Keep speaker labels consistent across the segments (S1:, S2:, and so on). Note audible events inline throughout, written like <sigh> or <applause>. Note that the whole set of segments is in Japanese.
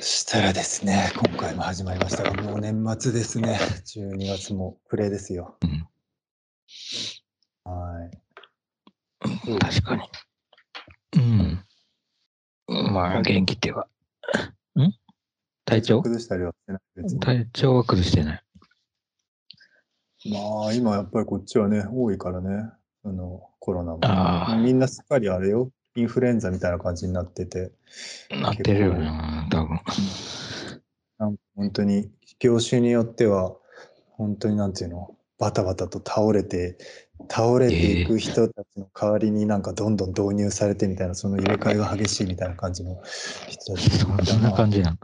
S1: したらですね、今回も始まりましたが、もう年末ですね、12月も暮れですよ。
S2: うん
S1: はい。そう
S2: 確かに。うん。まあ、元気っていうか。ん体調
S1: 崩したりはしてない別に。
S2: 体調は崩してない。
S1: まあ、今やっぱりこっちはね、多いからね、あのコロナ
S2: ああ
S1: も。みんなすっかりあれよ、インフルエンザみたいな感じになってて、
S2: なってるよな、多分。
S1: なんか本当に業種によっては、本当になんていうの、バタバタと倒れて、倒れていく人たちの代わりになんかどんどん導入されてみたいな、その入れ替えが激しいみたいな感じの人たち
S2: そ
S1: もいた
S2: んな感じなの。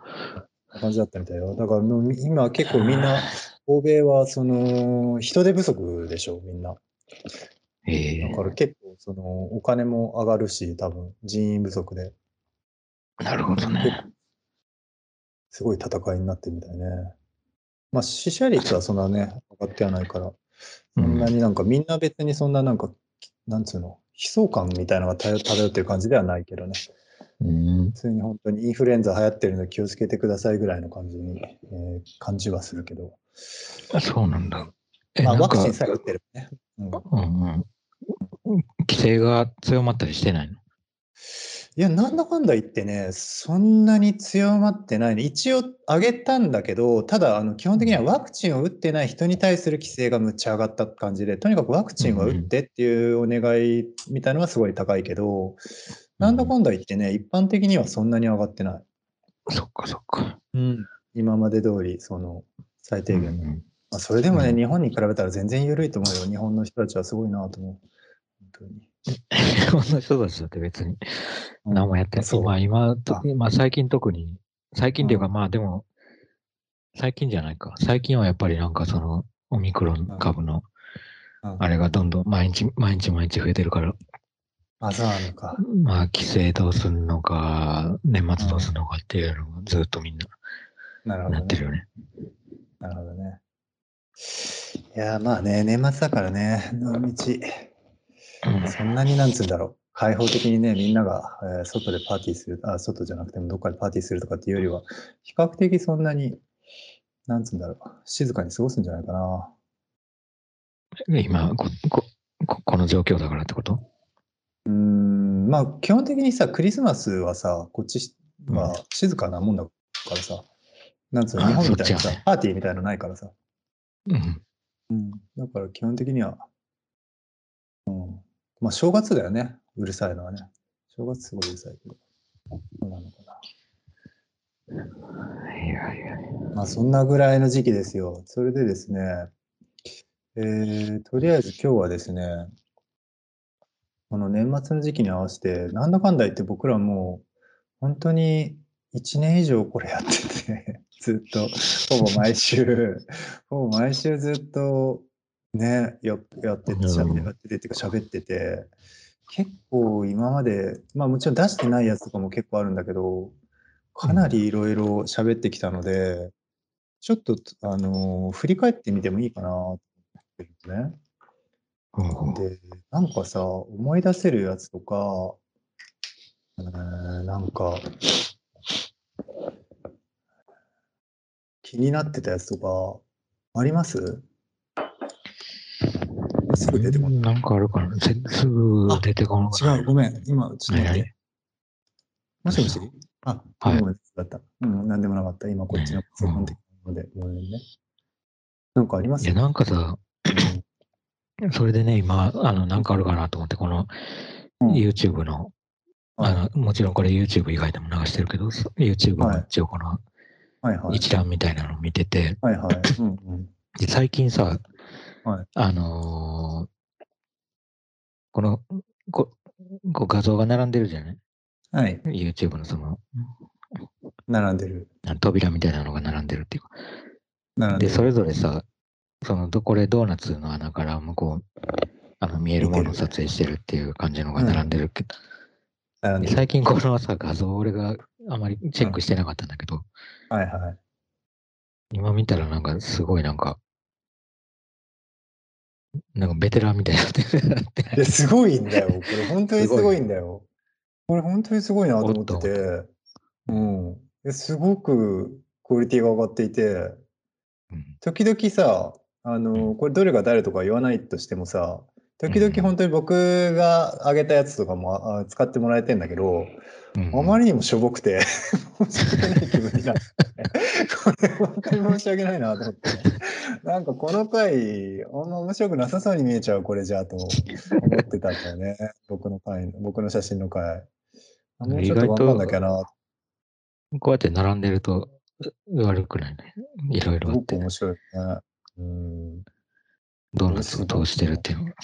S1: 感じだったみたいよ。だからもう今結構みん
S2: <laughs>
S1: な、欧米はその人手不足でしょ、みんな。
S2: ええ
S1: だから結構そのお金も上がるし、多分人員不足で、
S2: なるほどね。
S1: すごい戦いになってるみたいね。まあ死者率はそんなね、上がってはないから、そんなになんかみんな別にそんななんか、なんつうの、悲壮感みたいなのが漂漂ってる感じではないけどね。
S2: うん
S1: 普。通に本当にインフルエンザ流行ってるので気をつけてくださいぐらいの感じに、えー感じはするけど。
S2: そうなんだ。え、
S1: まあ
S2: な
S1: ワ
S2: ん
S1: ク
S2: か
S1: チン、さえ打ってるね。うん
S2: うんうん。規制が強まったりしてないの
S1: いや、なんだかんだ言ってね、そんなに強まってないね。一応上げたんだけど、ただ、あの基本的にはワクチンを打ってない人に対する規制がむっちゃ上がった感じで、とにかくワクチンは打ってっていうお願いみたいのはすごい高いけど、なんだかんだ言ってね、一般的にはそんなに上がってない。
S2: そっかそっか。
S1: 今まで通り、その最低限の。
S2: うん
S1: まあ、それでもね、
S2: うん
S1: 日本に比べたら全然緩いと思うよ。日本の人たちはすごいなと思う。本当に。
S2: 日本の人たちだって別に
S1: うん
S2: 何もやってない。
S1: そう
S2: まあ今と、まあ最近特に、最近っていうかまあでも、最近じゃないか。最近はやっぱりなんかその、オミクロン株の
S1: うん
S2: あれがどんどん毎日毎日毎日増えてるから、
S1: あ、そうなのか。
S2: まあ規制どうすんのか、年末どうすんのかっていうのがずっとみんな
S1: なるほ
S2: な
S1: ど
S2: って
S1: ね
S2: る。よね。
S1: なるほどね。いやー、まあね、年末だからね、どの道、そんなになんつうんだろう。開放的にね、みんなが、えー外でパーティーする、あ、外じゃなくてもどっかでパーティーするとかっていうよりは、比較的そんなに、なんつうんだろう。静かに過ごすんじゃないかな。
S2: うん今ここ、ここの状況だからってこと
S1: うーん、まあ基本的にさ、クリスマスはさ、こっちは静かなもんだからさ、なんつうの、
S2: あ
S1: 日本みたいにさ
S2: そっちはね、
S1: パーティーみたいなのないからさ。
S2: うん。
S1: うん、だから基本的には、うん、まあ正月だよね、うるさいのはね。正月すごいうるさいけど。そうなのか
S2: いやいや。
S1: な。まあそんなぐらいの時期ですよ。それでですね、えー、とりあえず今日はですね、この年末の時期に合わせて、なんだかんだ言って僕らもう本当に1年以上これやってて、 <laughs> ずっと、ほぼ毎週、ほぼ毎週ずっとね、ややってて、しゃべ
S2: うん
S1: やっててっていうか喋ってて、結構今まで、まあもちろん出してないやつとかも結構あるんだけど、かなりいろいろ喋ってきたので、ちょっと、あのー振り返ってみてもいいかなと思ってるんですね。
S2: ほうほう
S1: で、なんかさ、思い出せるやつとか、うーんなんか、気になってたやつとか、ありますすぐ出てこない。
S2: なんかあるかなせすぐ出てこなか
S1: 違う、ごめん。今、ちょっと
S2: 何
S1: 待っ
S2: 何
S1: て。もしもしあ、
S2: はい
S1: ごめんだった。うん、なんでもなかった。今、こっちのパソコンで。ので、ごめんね。なんかありま
S2: い
S1: す
S2: や、なんかさ、それでね、今、あの、なんかあるかなと思って、この
S1: うん
S2: YouTube の、
S1: はい
S2: あの、もちろんこれ YouTube 以外でも流してるけど、そ YouTube
S1: はい
S2: の一応この
S1: はいはい。
S2: 一覧みたいなのを見てて、
S1: はいはい。うんうん。
S2: で最近さ、
S1: はい
S2: あのーこの、ここう画像が並んでるじゃない
S1: はい。
S2: ?YouTube のその、
S1: 並んでる。
S2: 扉みたいなのが並んでるっていうか
S1: 並んで
S2: で、
S1: る。
S2: それぞれさ、そのどこれドーナツの穴から向こう、あの見えるものを撮影してるっていう感じのが並んでるけど、
S1: 並んで
S2: で
S1: る。
S2: 最近このさ、画像俺があまりチェックしてなかったんだけど、
S1: はいはい。
S2: 今見たらなんかすごいなんか、なんかベテランみたいになってる
S1: いや、すごいんだよ。これ、本当にすごいんだよ。これ、本当にすごいなと思ってて。うん。えすごくクオリティが上がっていて、
S2: うん
S1: 時々さ、あの、これどれが誰とか言わないとしてもさ、時々本当に僕が上げたやつとかもあ使ってもらえてんだけど、あま
S2: り
S1: りにもしょぼくて、 <laughs> 申し訳ない気分になって、これ本当に申し訳ないなと思って、なんかこの回、あんま面白くなさそうに見えちゃう、これじゃあと思ってたんだよね、僕の回、僕の写真の回。あもうちょっと頑張んなきゃな、
S2: こうやって並んでるとう悪くないね。いろい
S1: す
S2: ろあっ
S1: ごく
S2: て、
S1: 面白いね。うん
S2: ドーナツを通してるっていう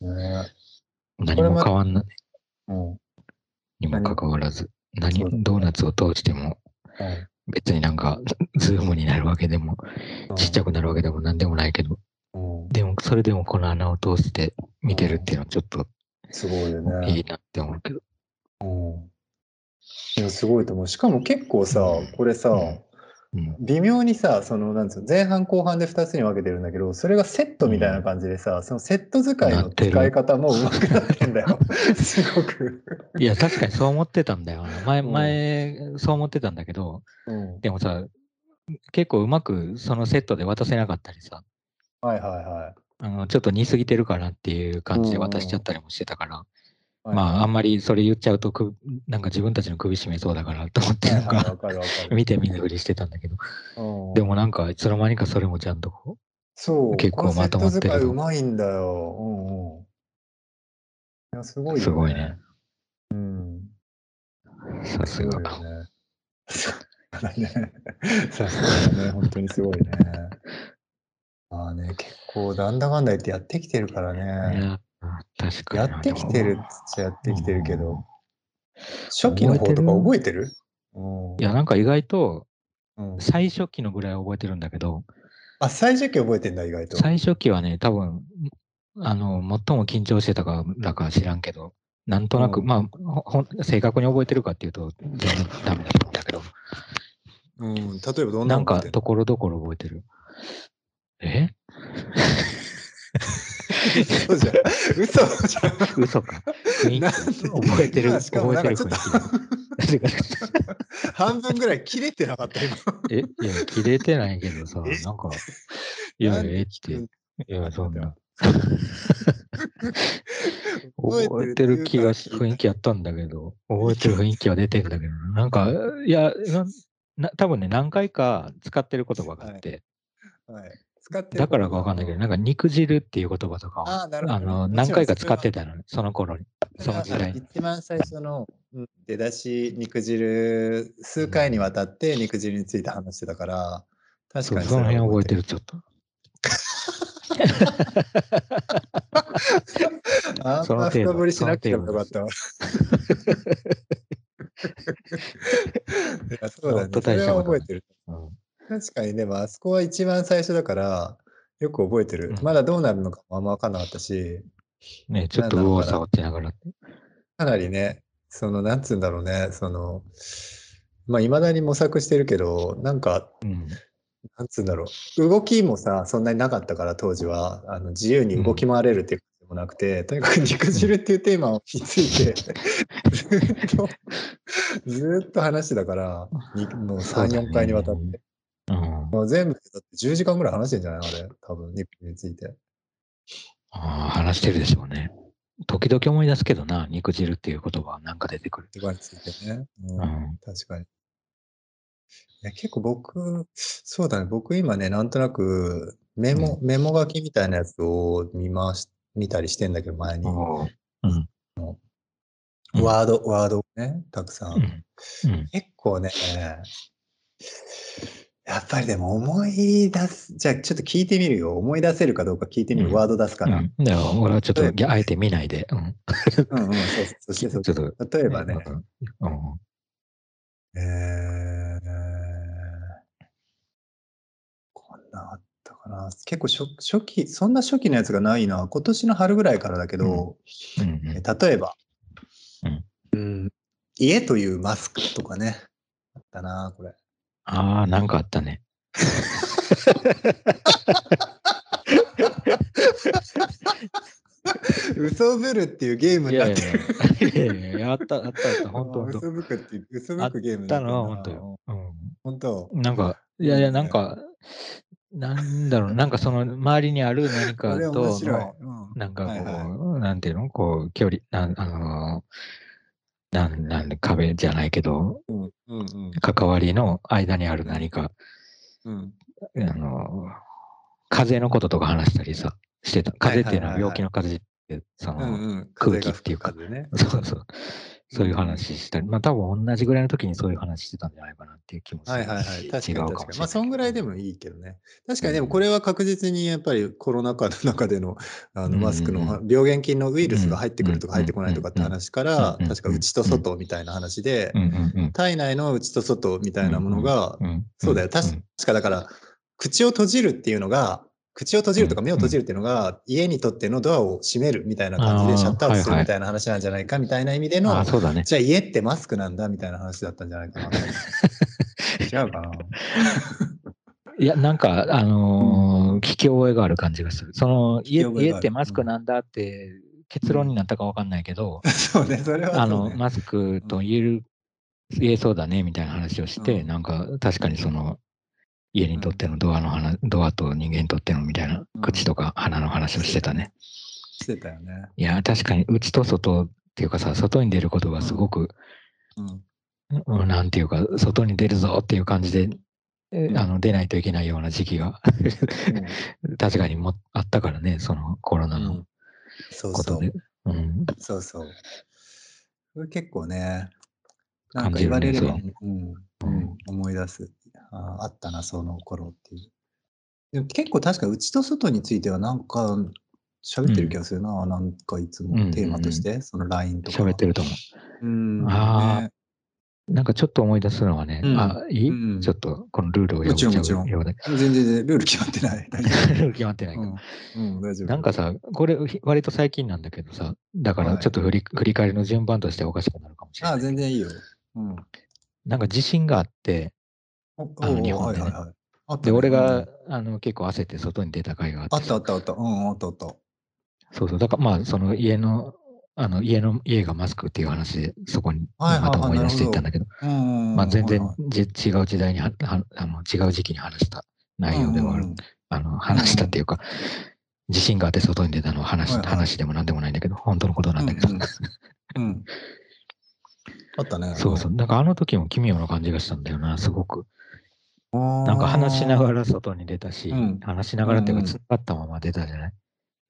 S2: のは
S1: ね
S2: 何も変わんない
S1: うんうん
S2: にもかかわらず、何
S1: そうだね
S2: ドーナツを通しても別になんかズズームになるわけでも、ちっちゃくなるわけでも何でもないけど、
S1: うん
S2: でもそれでもこの穴を通して見てるっていうのはちょっと
S1: すごいよね。
S2: いいなって思うけど。
S1: うんいやすごいと思う。しかも結構さ、これさ、
S2: うんうん
S1: 微妙にさそのなんつうの前半後半で2つに分けてるんだけどそれがセットみたいな感じでさ、そのセット使い
S2: な
S1: の
S2: ってる
S1: 使い方もうまくなって
S2: <laughs>
S1: んだよすごく、
S2: いや、確かにそう思ってたんだ
S1: <laughs>
S2: よ。前、
S1: うん
S2: 前、そう思ってたんだけど、
S1: うん、
S2: でもさ、結構うまくそのセットで渡せなかったりさ、
S1: はいはいはい
S2: あのちょっと似すぎてるかなっていう感じで渡しちゃったりもしてたから、まあ、あんまりそれ言っちゃうとく、なんか自分たちの首絞めそうだからと思って、
S1: はい
S2: な
S1: はいは
S2: ん
S1: いわ
S2: か、
S1: かるわかる、
S2: 見て見ぬふりしてたんだけど、
S1: うん
S2: でもなんか、いつの間にかそれもちゃんとこ
S1: そう
S2: 結構まと
S1: こ
S2: まってる
S1: のセット使いうまいんだよ、うんうん、いやすごいよね
S2: すごいね
S1: うん
S2: う、さす
S1: ご
S2: が。
S1: いよねだねさすがだね本当にすごいねまあね結構なんだかんだ言ってやってきてるからね
S2: いや、確か
S1: や
S2: にな。
S1: ってきてるっ
S2: でも
S1: ちゃやってきてるけ
S2: うん
S1: ど、初期の方とか覚えてるうん
S2: いや、なんか意外と、
S1: うん
S2: 最初期のぐらいは覚えてるんだけど、
S1: あ、最初期覚えてんだ、意外と。
S2: 最初期はね、多分、あの、最も緊張してたからか知らんけど、なんとなく、
S1: うん
S2: まあほほん、正確に覚えてるかっていうと、全然ダメだったんだけど、
S1: うん、例えばどんなの
S2: な
S1: 覚
S2: んか、
S1: えてる
S2: ところどころ覚えてる。え
S1: 嘘じゃん。嘘じゃん。
S2: 嘘か。雰囲気
S1: なんで
S2: 覚えてる、
S1: 今しかも
S2: 覚
S1: な
S2: え
S1: ん
S2: て
S1: か
S2: る
S1: ちょっと
S2: 雰囲気。
S1: 半分ぐらい切れてなかった、今。
S2: <laughs> え、いや、切れてないけどさ、
S1: え
S2: なんか、いや、
S1: なんで
S2: えって、
S1: 聞
S2: い
S1: く
S2: や、そんな。
S1: 覚えてる
S2: 覚えてる気がし、
S1: っていうか
S2: 雰囲気あったんだけど、覚えてる雰囲気は出てんだけどな、なんか、いや、なな多分ね、何回か使ってる言葉があって、
S1: はい、使ってる
S2: だからかわかんないけど、なんか肉汁っていう言葉とかを、
S1: あーなるほど
S2: あ
S1: もちろ
S2: の、
S1: ん
S2: 何回か使ってたのね、その頃に、その時代に。
S1: 一番最初のうん出だし、肉汁、数回にわたって肉汁について話してたから、確
S2: そ
S1: か
S2: う
S1: に
S2: その
S1: れ
S2: 辺
S1: は
S2: 覚えてる、ちょっと。
S1: あん
S2: そ
S1: ま
S2: の程
S1: 深
S2: 度
S1: 掘りしなくてもよかったわ。い <laughs> やそうだ
S2: 本当
S1: ね。それ
S2: 大した
S1: は
S2: こ
S1: 覚
S2: とない
S1: えてる。
S2: うん
S1: 確かに、でもあそこは一番最初だから、よく覚えてる
S2: う。ん
S1: まだどうなるのかもあんま分かんなかったし、
S2: ねちょっと
S1: なんだろうな
S2: 右往左往ってながら。
S1: かなりね、その、なんつうんだろうね、その、まあ、いまだに模索してるけど、なんか、
S2: うん。
S1: なんつうんだろう、動きもさ、そんなになかったから、当時は、あの自由に動き回れるっていうこともなくて、とにかく肉汁っていうテーマについ
S2: <laughs>
S1: て、ずっと、ずっと話してたから、にもう
S2: そう
S1: 3、
S2: だね
S1: 4回にわたって。
S2: うん
S1: もう全部、だって10時間ぐらい話してんじゃないあれ、多分、肉汁について。
S2: ああ、話してるでしょうね。時々思い出すけどな、肉汁っていう言葉はなんか出てくる。
S1: とかについてね。うん
S2: うん。
S1: 確かに。いや結構僕、そうだね、僕今ね、なんとなくメモ、メモ書きみたいなやつを見まし、見たりしてんだけど、前に。
S2: うん。うん
S1: ワード、ワードをね、たくさ。
S2: うんん。うん
S1: 結構ね、やっぱりでも思い出す、じゃあちょっと聞いてみるよ。思い出せるかどうか聞いてみる。
S2: うん
S1: ワード出すから。うん
S2: だから俺はちょっと
S1: 例えば
S2: いや、あえて見ないで。うん。
S1: うん、そうそう。そしてそ
S2: ちょっと。
S1: う、例えばね、
S2: うん。
S1: えー、こんなあったかな。結構初初期、そんな初期のやつがないな。今年の春ぐらいからだけど、
S2: うん
S1: え例えば、
S2: うん
S1: うん家というマスクとかね。あったな、これ。
S2: ああ、なんかあったね。
S1: 嘘ぶるっていうゲーム
S2: い
S1: にな
S2: や
S1: っ
S2: い
S1: てる。
S2: やいや、やった、あった、あった、本当
S1: 嘘
S2: 本
S1: ぶくっていう、嘘ぶくゲーム
S2: 当。
S1: にる
S2: あったのは本当よ。う
S1: 本当
S2: なんか、いやいや、なんか、なんだろう、なんかその周りにある何か
S1: ことれ面白い
S2: の。
S1: うん
S2: なんかこう、
S1: はいは
S2: なんていうのこう、距離、なん、あのーなん、なんで壁じゃないけど、
S1: うんうんうん
S2: 関わりの間にある何か、
S1: うん
S2: あのー風邪のこととか話したりさ、してた。風邪っていうのは
S1: はいはいはいはい
S2: 病気の風邪って、その、
S1: うんうん
S2: 空気っていうか
S1: 風が吹く風ね。
S2: そうそう。そういう話したり、まあ多分同じぐらいの時にそういう話してたんじゃないかなっていう気もす
S1: は
S2: る
S1: い
S2: し。
S1: はいはい。確
S2: 違
S1: かに確
S2: うかも
S1: か
S2: しれないけど
S1: に。まあ、そんぐらいでもいいけどね。確かに、でもこれは確実にやっぱりコロナ禍の中でのあのマスクの
S2: うん
S1: 病原菌のウイルスが入ってくるとか
S2: うん
S1: 入ってこないとかって話から
S2: うん、
S1: 確か内と外みたいな話で
S2: う、んうんうん。
S1: 体内の内と外みたいなものが、
S2: うん
S1: そうだよ。確かだから、口を閉じるっていうのが、口を閉じるとか
S2: うん
S1: 目を閉じるっていうのが、家にとってのドアを閉めるみたいな感じ
S2: あー
S1: でシャットアウトす
S2: はい
S1: る
S2: はい
S1: みたいな話なんじゃないかみたいな意味で
S2: うん
S1: の
S2: あ、、そうだね。
S1: じゃあ家ってマスクなんだみたいな話だったんじゃない
S2: <laughs>
S1: かな。違うかない
S2: や、なんか、あのー聞き覚えがある感じがする。その、家
S1: 聞き覚え
S2: 家
S1: がある
S2: ってマスクなんだって結論になったかわかんないけど、
S1: そうね、それは
S2: <laughs> あ
S1: そう
S2: の、
S1: ね。
S2: マスクと言える、言えそうだね、みたいな話をして、
S1: うん
S2: なんか、確かにその、家にとってのドアの話、ドアと人間にとってのみたいな
S1: う、ん
S2: 口とか鼻の話をしてたね。
S1: してたよね。
S2: いや、確かに、内と外っていうかさ、外に出ることがすごく、
S1: うん
S2: うんなんていうか、外に出るぞっていう感じで、え
S1: うん
S2: あの出ないといけないような時期が確かにもあったからね、そのコロナ
S1: う
S2: の
S1: んそう
S2: こ
S1: そ
S2: と
S1: う
S2: で。。うん
S1: そうそう。これ結構ね、なん
S2: 感
S1: か
S2: じ
S1: 言われ
S2: るね
S1: れば、
S2: そ
S1: うんうん、思い出すあ。あったな、その頃っていう。でも結構確か内と外についてはなんか喋ってる気がするな、なんかいつ
S2: うん
S1: もテーマとして、その LINE とか。
S2: 喋ってると思
S1: うん。
S2: あー
S1: ね
S2: う。なんかちょっと思い出すのはね、
S1: うん
S2: あ、いい、
S1: うん
S2: ちょっとこのルールを
S1: もちろん
S2: 破
S1: も
S2: っち
S1: ち
S2: ゃ
S1: ろ
S2: うんよう <laughs> で。
S1: 全然全然ルール決まって
S2: <laughs>
S1: ない。大丈
S2: ルール決まってない
S1: 夫。
S2: け
S1: う
S2: ど。
S1: ん、うん、大丈夫。
S2: なんかさ、これひ割と最近なんだけどさ、だから
S1: はい
S2: ちょっと振り,、振り返りの順番としておかしくなるかもしれ
S1: あ
S2: な
S1: あ、
S2: い。
S1: 全然いいよ。うん。
S2: なんか地震があって、
S1: お
S2: あの
S1: おー
S2: 日本でね
S1: はいはいはいあったね
S2: で、俺
S1: う
S2: が
S1: ん
S2: あの結構焦って外に出た回があって
S1: あ
S2: さ
S1: ったあったあった。うん、あったあった。
S2: そうそう。だからまあ、その家の、あの家の、家がマスクっていう話で、そこに
S1: はいはいは
S2: ま
S1: い
S2: た思い出していったんだけど、
S1: うん
S2: まあ全
S1: は
S2: 然
S1: いはい
S2: じ違う時代にははあの、違う時期に話した内容ではある。
S1: うんうんうん
S2: あの、話したっていうか、地震があって外に出たのは話し
S1: はいはい
S2: 話でも何でもないんだけど、本当のことなんだけど。
S1: うんうん
S2: <laughs>
S1: うんあったね。
S2: そうそう。なんかあの時も奇妙な感じがしたんだよな、すごく。
S1: うん。
S2: なんか話しな
S1: ら。
S2: がら外に出たし、
S1: うん
S2: 話しながらっていう
S1: う
S2: か、
S1: んうん
S2: つながったまま出たじゃない、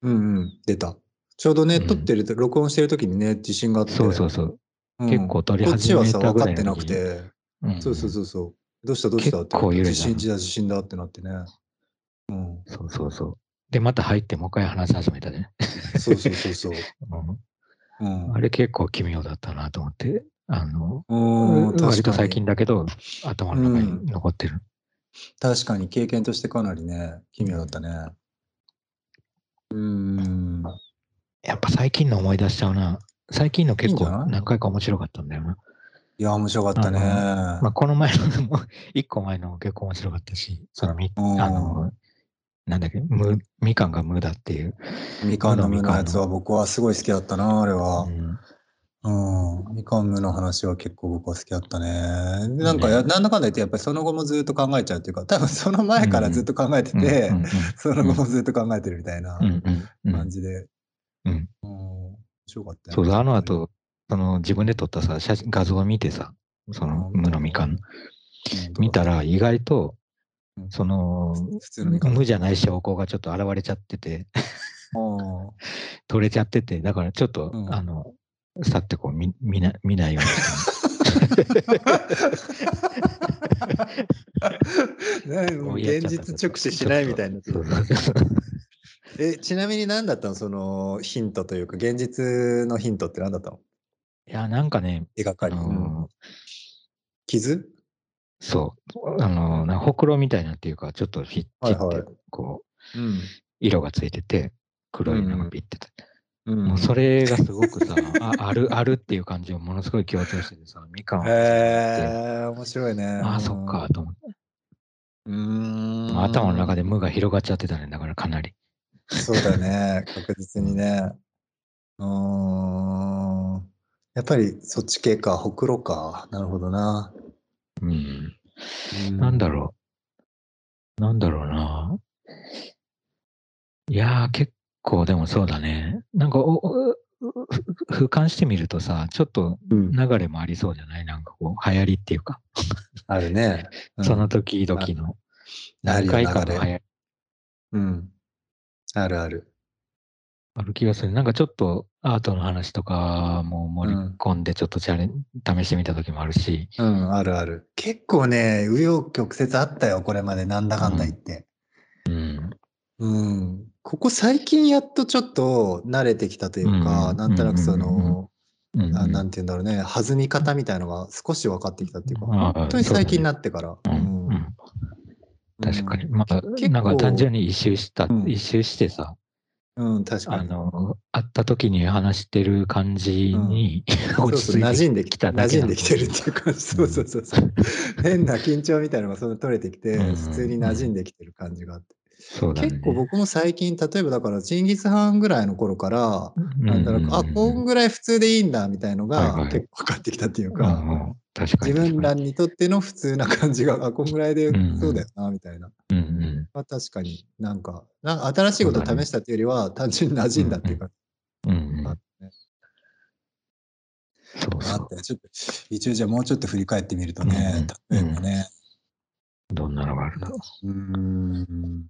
S1: うんうん、出た。ちょうどね、
S2: うん
S1: 撮ってると、録音してる時にね、地震があって。
S2: そうそうそう。
S1: うん
S2: 結構撮り始めたぐら
S1: こっちはさ、分かっ
S2: いの時
S1: てなくて。
S2: うん
S1: そうそうそうそう。どうしたどうしたって
S2: 結構揺れた
S1: 地震地だ地震だってなってね。うん。
S2: そうそうそう。で、また入って、もう一回話し始めたね。
S1: そうそうそう
S2: <laughs>
S1: そう。
S2: うん
S1: うん。
S2: あれ結構奇妙だったなと思って、あの、
S1: うん、確かに
S2: 割と最近だけど、頭の中に残ってる。
S1: 確かに経験としてかなりね、奇妙だったね。うーん。
S2: やっぱ最近の思い出しちゃうな。最近の結
S1: いいんじゃ
S2: 構
S1: ない
S2: 何回か面白かったんだよな。
S1: いや、面白かったね。
S2: まあ、この前のも、一個前のも結構面白かったし、そのみ、
S1: うん
S2: あの、なんだっけ、む、みかんが無だっていう。
S1: みかんの実のやつは僕はすごい好きだったな、あれは
S2: う。ん
S1: うん。みかんの実の話は結構僕は好きだったね。でなんかや、 <laughs> なんだかんだ言って、やっぱりその後もずっと考えちゃうっていうか、多分その前からずっと考えてて、
S2: うん
S1: その後もずっと考えてるみたいな
S2: うんうんうんうん
S1: 感じで。
S2: うん。
S1: うん。面白かったよ
S2: そうだ、あの。後、その自分で撮ったさ、写真、画像を見てさ、その、無のみかん。
S1: うん
S2: 見たら意外と
S1: う、ん
S2: その、
S1: 普通のみかん。
S2: 無じゃない証拠がちょっと現れちゃってて、 <laughs>
S1: うん
S2: 取れちゃってて、だからちょっと、
S1: うん
S2: あの、さってこう見見な見ないようにして
S1: ね、
S2: る <laughs>
S1: もう現実直視しないみたいな。
S2: そ
S1: <laughs>
S2: うそうそう <laughs>
S1: えちなみに何だったのそのヒントというか現実のヒントって何だったの
S2: いや、なんかね、
S1: 絵がか
S2: あ
S1: り、
S2: の
S1: うん傷
S2: そう、あのなほくろみたいなっていうか、ちょっとひっちって、
S1: はいはい
S2: こう、
S1: うん。
S2: 色がついてて、黒いのがピッてて、
S1: うん
S2: もうそれがすごくさ、あある、あるっていう感じをものすごい強調しててさ、みかんを見てて、
S1: へえー、面白いね。
S2: ああ、そっか、と思って。
S1: うーん。
S2: 頭の中で無が広がっちゃってたね、だからかなり。
S1: そうだね、確実に
S2: <laughs>
S1: ね。うーん。やっぱりそっち系か、ほくろか。なるほどな。
S2: うん。なんだろう。なんだろうな。いやー、結構でもそうだね。なんかお、おふふ俯瞰してみるとさ、ちょっと
S1: うん
S2: 流れもありそうじゃないなんかこう、流行りっていうか、
S1: あるね。うん
S2: その時々の
S1: ある
S2: 何
S1: よ
S2: 回か
S1: 流れ
S2: の流行り
S1: うん。あるある。
S2: ある気がする。なんかちょっとアートの話とかも盛り込んで、ちょっとチャレン、試してみた時もあるし、
S1: うん、あるある。結構ね、紆余曲折あったよ、これまで、なんだかんだ言って。
S2: うん。
S1: うん。ここ最近やっとちょっと慣れてきたというか、
S2: うん
S1: なんとなくそ
S2: うんうんうん
S1: の、
S2: うん
S1: ななんて言うんだろうね、弾み方みたいのが少し分かってきたっていうか、
S2: ああ
S1: 本当に最近になってから。
S2: う
S1: うん
S2: んうん確かに。まあ
S1: 結、構
S2: なんか単純に一周した
S1: う、ん
S2: 一周してさ、
S1: うん、うん確か
S2: あ
S1: に。
S2: の、会った時に話してる感じに <laughs> 落ち着
S1: そうそ
S2: い
S1: う馴
S2: て
S1: 染んでき
S2: きた
S1: 馴
S2: だけ
S1: 染
S2: なんの
S1: できてるっていうか、そうそうそうそう。変な緊張みたいなのがその取れてきて、
S2: うんうん
S1: 普通に馴染んできてる感じがあって。
S2: そうだね。
S1: 結構僕も最近、例えばだから、チンギス・ハーンぐらいの頃から、
S2: うん、
S1: なんだろう、あ、
S2: う
S1: こんぐらい普通でいいんだみたいの
S2: はい
S1: が
S2: はい
S1: 結構分かってきたっていう
S2: う
S1: か、
S2: んうん確かに。
S1: 自分らにとっての普通な感じが、あ、こんぐらいで
S2: うんうん
S1: そうだよな、みたいな。
S2: うんうん
S1: まあ、確かになんか、なんか新しいことを試したっていうよりは、単純に馴染んだっていうか、
S2: うんう
S1: あっ
S2: ん。
S1: たね
S2: そう
S1: あ
S2: そ
S1: って、ちょっと、一応じゃあもうちょっと振り返ってみるとね、
S2: う
S1: 例
S2: んう
S1: え
S2: ん
S1: ばね、
S2: う。どんなのがあるの
S1: うん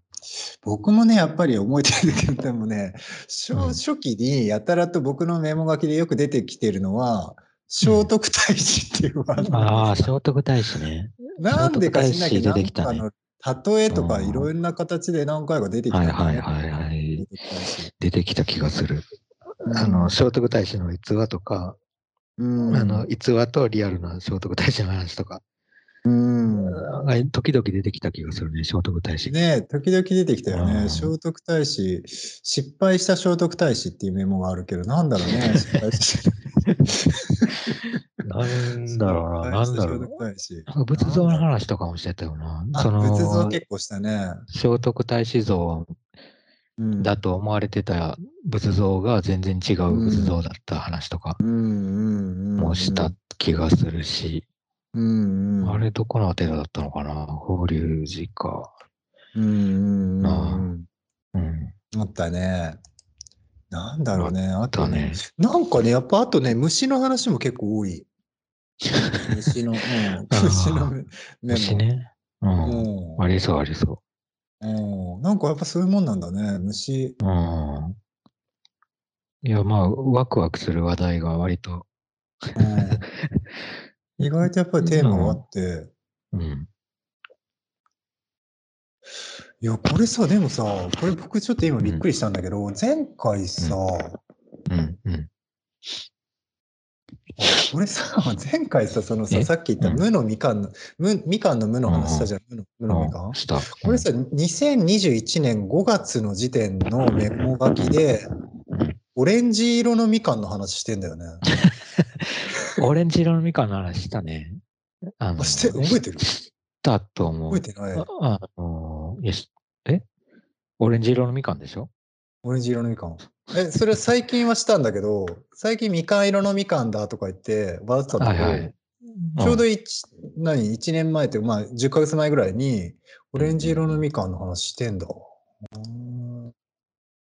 S1: 僕もね、やっぱり思い出るけど、でもね、初
S2: うん
S1: 初期にやたらと僕のメモ書きでよく出てきてるのは、聖徳太子っていうワード
S2: ああ、聖徳太子ね。
S1: <laughs> なんでか知んないけど、なん
S2: 聖徳太子出てきた
S1: か
S2: ね
S1: の例えとか
S2: うん
S1: いろんな形で何回か出てきた
S2: は
S1: ね、
S2: いはいはいは
S1: 出
S2: い。
S1: てきたし
S2: 出てきた気がする。
S1: うん
S2: あの、聖徳太子の逸話とか、
S1: うん、
S2: あの、逸話とリアルな聖徳太子の話とか、
S1: うん、
S2: あ時々出てきた気がするね、聖徳太子。
S1: ねえ時々出てきたよ
S2: う
S1: ね。
S2: ん
S1: 聖徳太子、失敗した聖徳太子っていうメモがあるけど、なんだろう
S2: <laughs>
S1: ね、失敗した。
S2: なんだろうな、なんだろ
S1: 聖徳太子。
S2: う。なんか仏像の話とかもしてたよな。
S1: あ、
S2: そ
S1: 仏像
S2: の、
S1: 結構したね。
S2: 聖徳太子像
S1: うん、
S2: だと思われてた仏像が全然違う仏像だった話とか
S1: うんうんうん、
S2: もした。気がするし、
S1: うんうん、
S2: あれどこのお寺だったのかな法隆寺か。
S1: うんうんうんうん、
S2: うん。
S1: あったね。なんだろうね。あと
S2: だ
S1: ね。
S2: ね。
S1: なんかね、やっぱあとね、虫の話も結構多
S2: <laughs>
S1: い。虫の、うん、
S2: ー
S1: 虫の目メ
S2: 虫ね。うん。
S1: モ。
S2: ありそうありそ
S1: うん。うん。なんかやっぱそういうもんなんだね。虫。
S2: う。うん。いや、まあ、ワクワクする話題が割と、 <laughs>
S1: うん、意外とやっぱりテーマがあって。
S2: うん。
S1: いや、これさ、でもさ、これ僕ちょっと今びっくりしたんだけど、前回さ、
S2: うん。うん。
S1: これさ、 <laughs> 前回さ、そのさ、
S2: え
S1: さっき言った無のみかんの、無みかんの無の話したじゃん。無の無のみかん
S2: うんした。
S1: これさ、2021年5月の時点のメモ書きで
S2: うん、
S1: オレンジ色のみかんの話してんだよね。
S2: オレンジ色のみかんの話したね。あの
S1: あして覚えてる
S2: したと思
S1: 覚え
S2: う。
S1: てない
S2: あ。あのいやしえオレンジ色のみかんでしょ
S1: オレンジ色のみかん。え、それは最近はしたんだけど、最近みかん色のみかんだとか言って、バズってたんだ
S2: は
S1: け
S2: い
S1: ど、
S2: はい。
S1: ちょうど
S2: いい。
S1: 1、何、1年前って、まあ10ヶ月前ぐらいに、オレンジ色のみかんの話してんだ。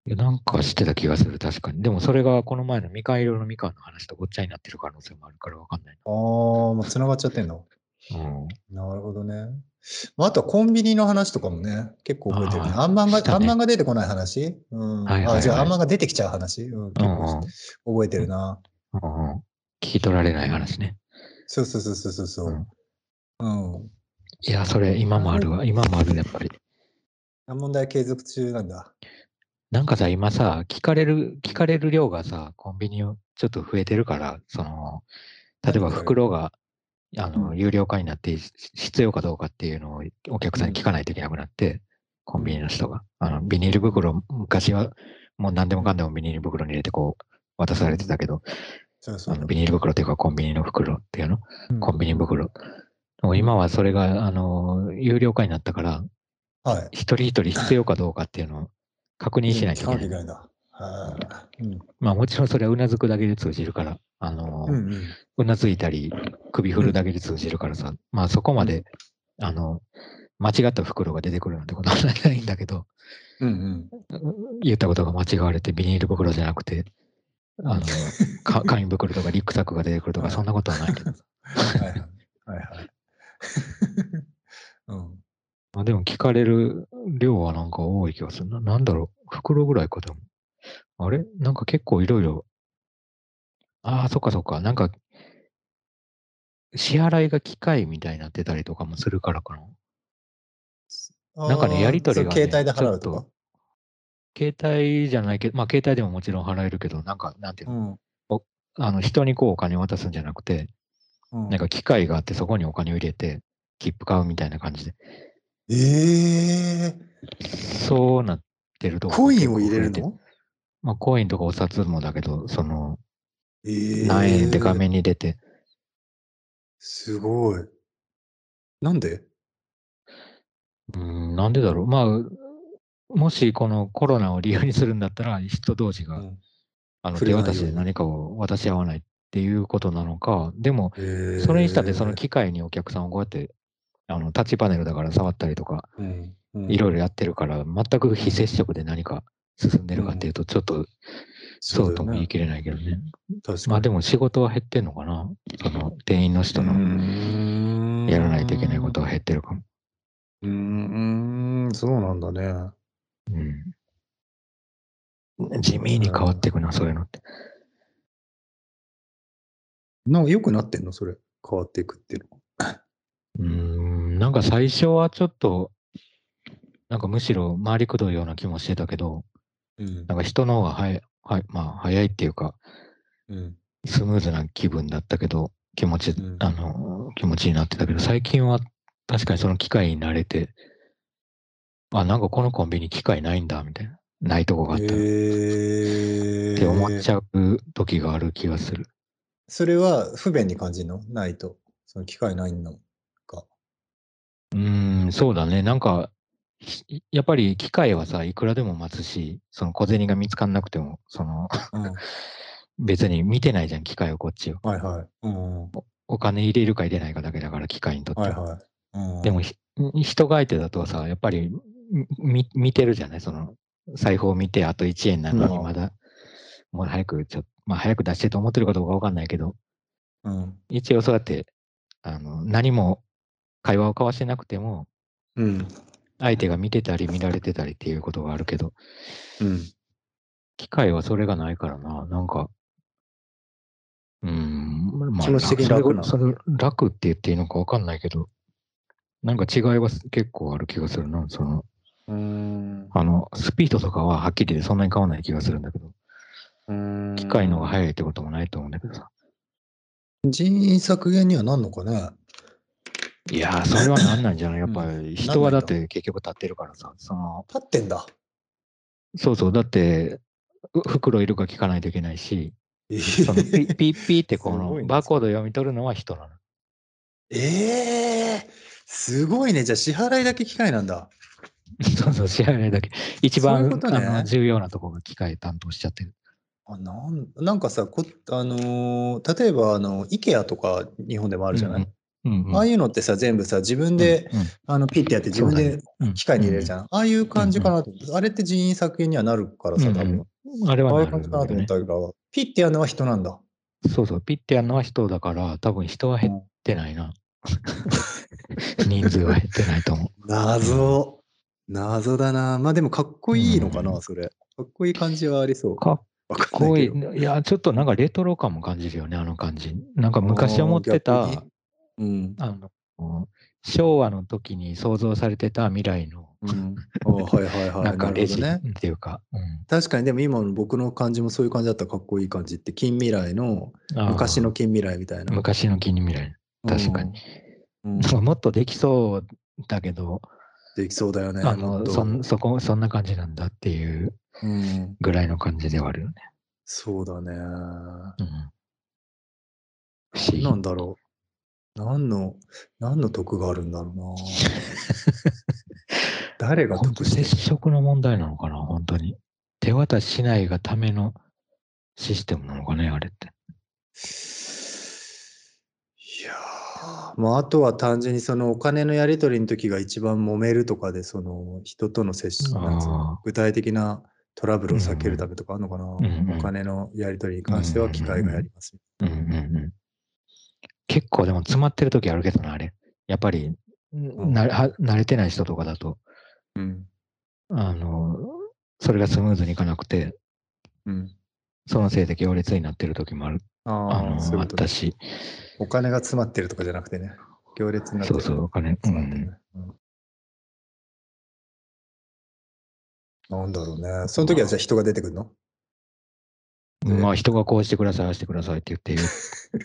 S2: いやなんかしてた気がする、確かに。でもそれがこの前のみかん色のみかんの話とごっちゃになってる可能性もあるからわかんない
S1: ああ、もう繋がっちゃってんだ。
S2: な。うん。
S1: なるほどね。まあ、あとはコンビニの話とかもね、結構覚えてるね。
S2: あー
S1: あんまんが、
S2: した
S1: あん
S2: ね
S1: まんが出てこない話うん。
S2: はいはいはい
S1: あじゃあ、あんまんが出てきちゃう話うん。結
S2: うんうん
S1: 構覚えてるな。
S2: うんうん聞き取られない話ね。
S1: そうそうそうそうそうそう。うん。
S2: いや、それ今もあるわ。今もある、やっぱり。
S1: 問題継続中なんだ。
S2: なんかさ、今さ、聞かれる、聞かれる量がさ、コンビニをちょっと増えてるから、その、例えば
S1: 何それ
S2: 袋が、あ
S1: う
S2: の、有料化になって、し必要かどうかっていうのをお客さんに聞かないといけなくなって、コンビニの人が。あの、ビニール袋、昔はもう何でもかんでもビニール袋に入れてこう、渡されてたけど、
S1: そうそ
S2: あ
S1: う。
S2: のビニール袋っていうかコンビニの袋っていうの
S1: うん
S2: コンビニ袋。でも今はそれが、あの、有料化になったから、
S1: はい。
S2: 一人一人必要かどうかっていうのを確認しないとい
S1: 聞かないきゃい
S2: けな
S1: け。ないんだ。はいうん
S2: まあもちろんそれはうなずくだけで通じるから、あのー
S1: うんうん
S2: うなずいたり、首振るだけで通じるからさ、まあそこまで、あの、間違った袋が出てくるなんてことはないんだけど、
S1: うん
S2: 言ったことが間違われてビニール袋じゃなくて、あの、
S1: <laughs>
S2: か紙袋とかリュックサックが出てくると
S1: は
S2: か、
S1: い
S2: そんなことはないけ
S1: う
S2: ど。
S1: ん。はいはい。はいはい。うん。
S2: まあでも聞かれる量はなんか多い気がするな。なんだろう、袋ぐらいかでも。あれなんか結構いろいろ。ああ、そっかそっか。なんか、支払いが機械みたいになってたりとかもするからかな。なんかね
S1: あー
S2: やりとりがね
S1: そう携帯で払うと
S2: ちょ
S1: か
S2: っ。携帯じゃないけど、まあ携帯でももちろん払えるけど、なんか、なんていう
S1: う
S2: の、
S1: ん。
S2: あの人にこうお金渡すんじゃなくて、
S1: うん
S2: なんか機械があってそこにお金を入れて、切符買うみたいな感じで。
S1: ええ
S2: そうなってるとこ
S1: コインを入れる
S2: 結構増えて
S1: の
S2: まあコインとかお札もだけど、その、
S1: えー
S2: 何円って画面に出て、
S1: すごい。なんで
S2: うん、なんでだろう。まあ、もしこのコロナを理由にするんだったら、人同士が、
S1: うん
S2: あの
S1: 触
S2: 手
S1: れないよう
S2: 渡
S1: に
S2: しで何かを渡し合わないっていうことなのか、でも、
S1: えー
S2: それにしたって、その機械にお客さんをこうやって、あのタッチパネルだから触ったりとか、
S1: うんうん
S2: いろいろやってるから、全く非接触で何か進んでるかっていうと、ちょっとそうとも言い切れないけどね。
S1: 確かに。
S2: まあでも仕事は減ってんのかな。その店員の人の
S1: の
S2: やらないといけないことは減ってるかも。
S1: うーん、そうなんだね。
S2: うん地味に変わっていくな、そういうのって。
S1: なんか良くなってんのそれ。変わっていくっていうの。
S2: うん、なんか最初はちょっと、なんかむしろ回りくどいような気もしてたけど、
S1: うん
S2: なんか人の方が早い、はい、まあ早いっていうか、
S1: うん。
S2: スムーズな気分だったけど、気持ち、
S1: うん
S2: あの、気持ちになってたけど、最近は確かにその機械に慣れて、あ、なんかこのコンビニ機械ないんだ、みたいな。ないとこがあったら、
S1: え
S2: って思っち
S1: ゃう。
S2: ゃう時がある気がする。
S1: それは不便に感じるのないと。その機会ないのか。
S2: うーん、そうだね。なんか、ひやっぱり機械はさ、いくらでも待つし、その小銭が見つかんなくても、その、 <laughs>
S1: うん。はい
S2: 別に見てないじゃん、機械をこっちを。
S1: はい。うん。は
S2: お金入れるか入れないかだけだから、機械にとって
S1: い
S2: は。
S1: はい。うん
S2: でも、ひ人が相手だとさ、やっぱり、み見てるじゃないその、財布を見て、あと1円なのに、
S1: うん
S2: まだ、もう早く、ちょっと、まあ早く出してと思ってるかどうかわかんないけど、
S1: うん。
S2: 一応そうやって、あの、何も会話を交わしてなくても、
S1: うん。
S2: 相手が見てたり見られてたりっていうことがあるけど、
S1: うん。
S2: 機械はそれがないからな、なんか、うーん、ま
S1: 気持ち的に楽なの
S2: それそれ楽って言っていいのか分かんないけど、なんか違いは結構ある気がするな、その、
S1: うーん
S2: あの、スピードとかははっきりでそんなに変わらない気がするんだけど、
S1: うーん
S2: 機械の方が早いってこともないと思うんだけどさ。
S1: 人員削減にはなんのかね
S2: いやー、それはなんないんじゃないや
S1: う
S2: っ
S1: ん
S2: ぱり人はだって結局立ってるからさ、その、
S1: 立ってんだ。
S2: そうそう、だって、う袋いるか聞かないといけないし、
S1: え <laughs>
S2: そのピ <laughs> ッピッピってこ
S1: すごい
S2: の
S1: ね
S2: バーコード読み取るのは人なの。
S1: えー、すごいね。じゃあ支払いだけ機械なんだ。
S2: <laughs> そうそう、支払いだけ。一番
S1: そういうことね
S2: あの重要なところが機械担当しちゃってる。
S1: あなんなんかさこ、あのー例えばあの IKEA とか日本でもあるじゃない、
S2: うんうん、
S1: ああいうのってさ全部さ自分で、
S2: うんうん
S1: あのピッてやって自分
S2: そうだ
S1: で
S2: ねうん
S1: 機械に入れるじゃん、ああいう感じかなと思って、あれって人員削減にはなるからさ多分、
S2: うんあれは
S1: ああ
S2: な
S1: いう
S2: る
S1: 感じかなと思
S2: よ
S1: っ
S2: ね
S1: たけど、ピッてやるのは人なんだ。
S2: そうそう、ピッてやるのは人だから、多分人は減ってな
S1: <laughs>
S2: いな。人数は減ってないと思
S1: 謎。謎だな。まあでもかっこいいのかな、
S2: う。
S1: それ。かっこいい感じはありそうう。
S2: かっ
S1: わかん
S2: こ
S1: ない
S2: い
S1: け
S2: い
S1: ど。。
S2: いや、ちょっとなんかレトロ感も感じるよね、あの感じ。なんか昔思って
S1: あー
S2: た
S1: 逆、うん。
S2: あの、昭和の時に想像されてた未来の、
S1: <laughs> うん、あーはいはいはい。
S2: なんか
S1: なるほ
S2: レジ
S1: ど
S2: っ
S1: ね。
S2: ていうか、うん
S1: 確かにでも今の僕の感じもそういう感じだったかっこいい感じって近未来の
S2: あー
S1: 昔の近未来みたいな。
S2: 昔の近未来。確かに
S1: うん。うん
S2: まあもっとできそうだけど、
S1: できそうだよね。
S2: あ
S1: もっ
S2: の
S1: と
S2: そんそこそんな感じなんだっていう
S1: うん、
S2: ぐらいの感じではあるよね。
S1: そうだね。
S2: うん、不思議
S1: なんだろう。何の、何の得があるんだろう
S2: <laughs>
S1: な。誰が
S2: 本
S1: 得
S2: 当
S1: して
S2: 接
S1: る
S2: 触の問題なのかな、本当に。手渡ししないがためのシステムなのかね、あれって。
S1: いやーまあ、あとは単純にそのお金のやり取りの時が一番揉めるとかで、その人との接触、なんつうの
S2: あ
S1: 具体的なトラブルを避けるためとかあるのかな、
S2: んうん
S1: お金のやり取りに関しては機械がやります。
S2: うんうんうん。結構でも詰まってる時あるけどな、あれ。やっぱり、なは慣れてない人とかだと、
S1: うん。
S2: あの、それがスムーズにいかなくて、
S1: うん。
S2: その成績行列になってる時もある、あ
S1: ああ、そうい
S2: の、
S1: う
S2: あ
S1: こ
S2: っ
S1: とね
S2: たし、
S1: お金が詰まってるとかじゃなくてね、行列になって
S2: そ
S1: る。
S2: うそう、お金、う
S1: 詰まってる
S2: ん
S1: ね。うんなんだろうね。その時はじゃあ人が出てくるのね
S2: まあ人がこうしてください、ああしてくださいって言って言っ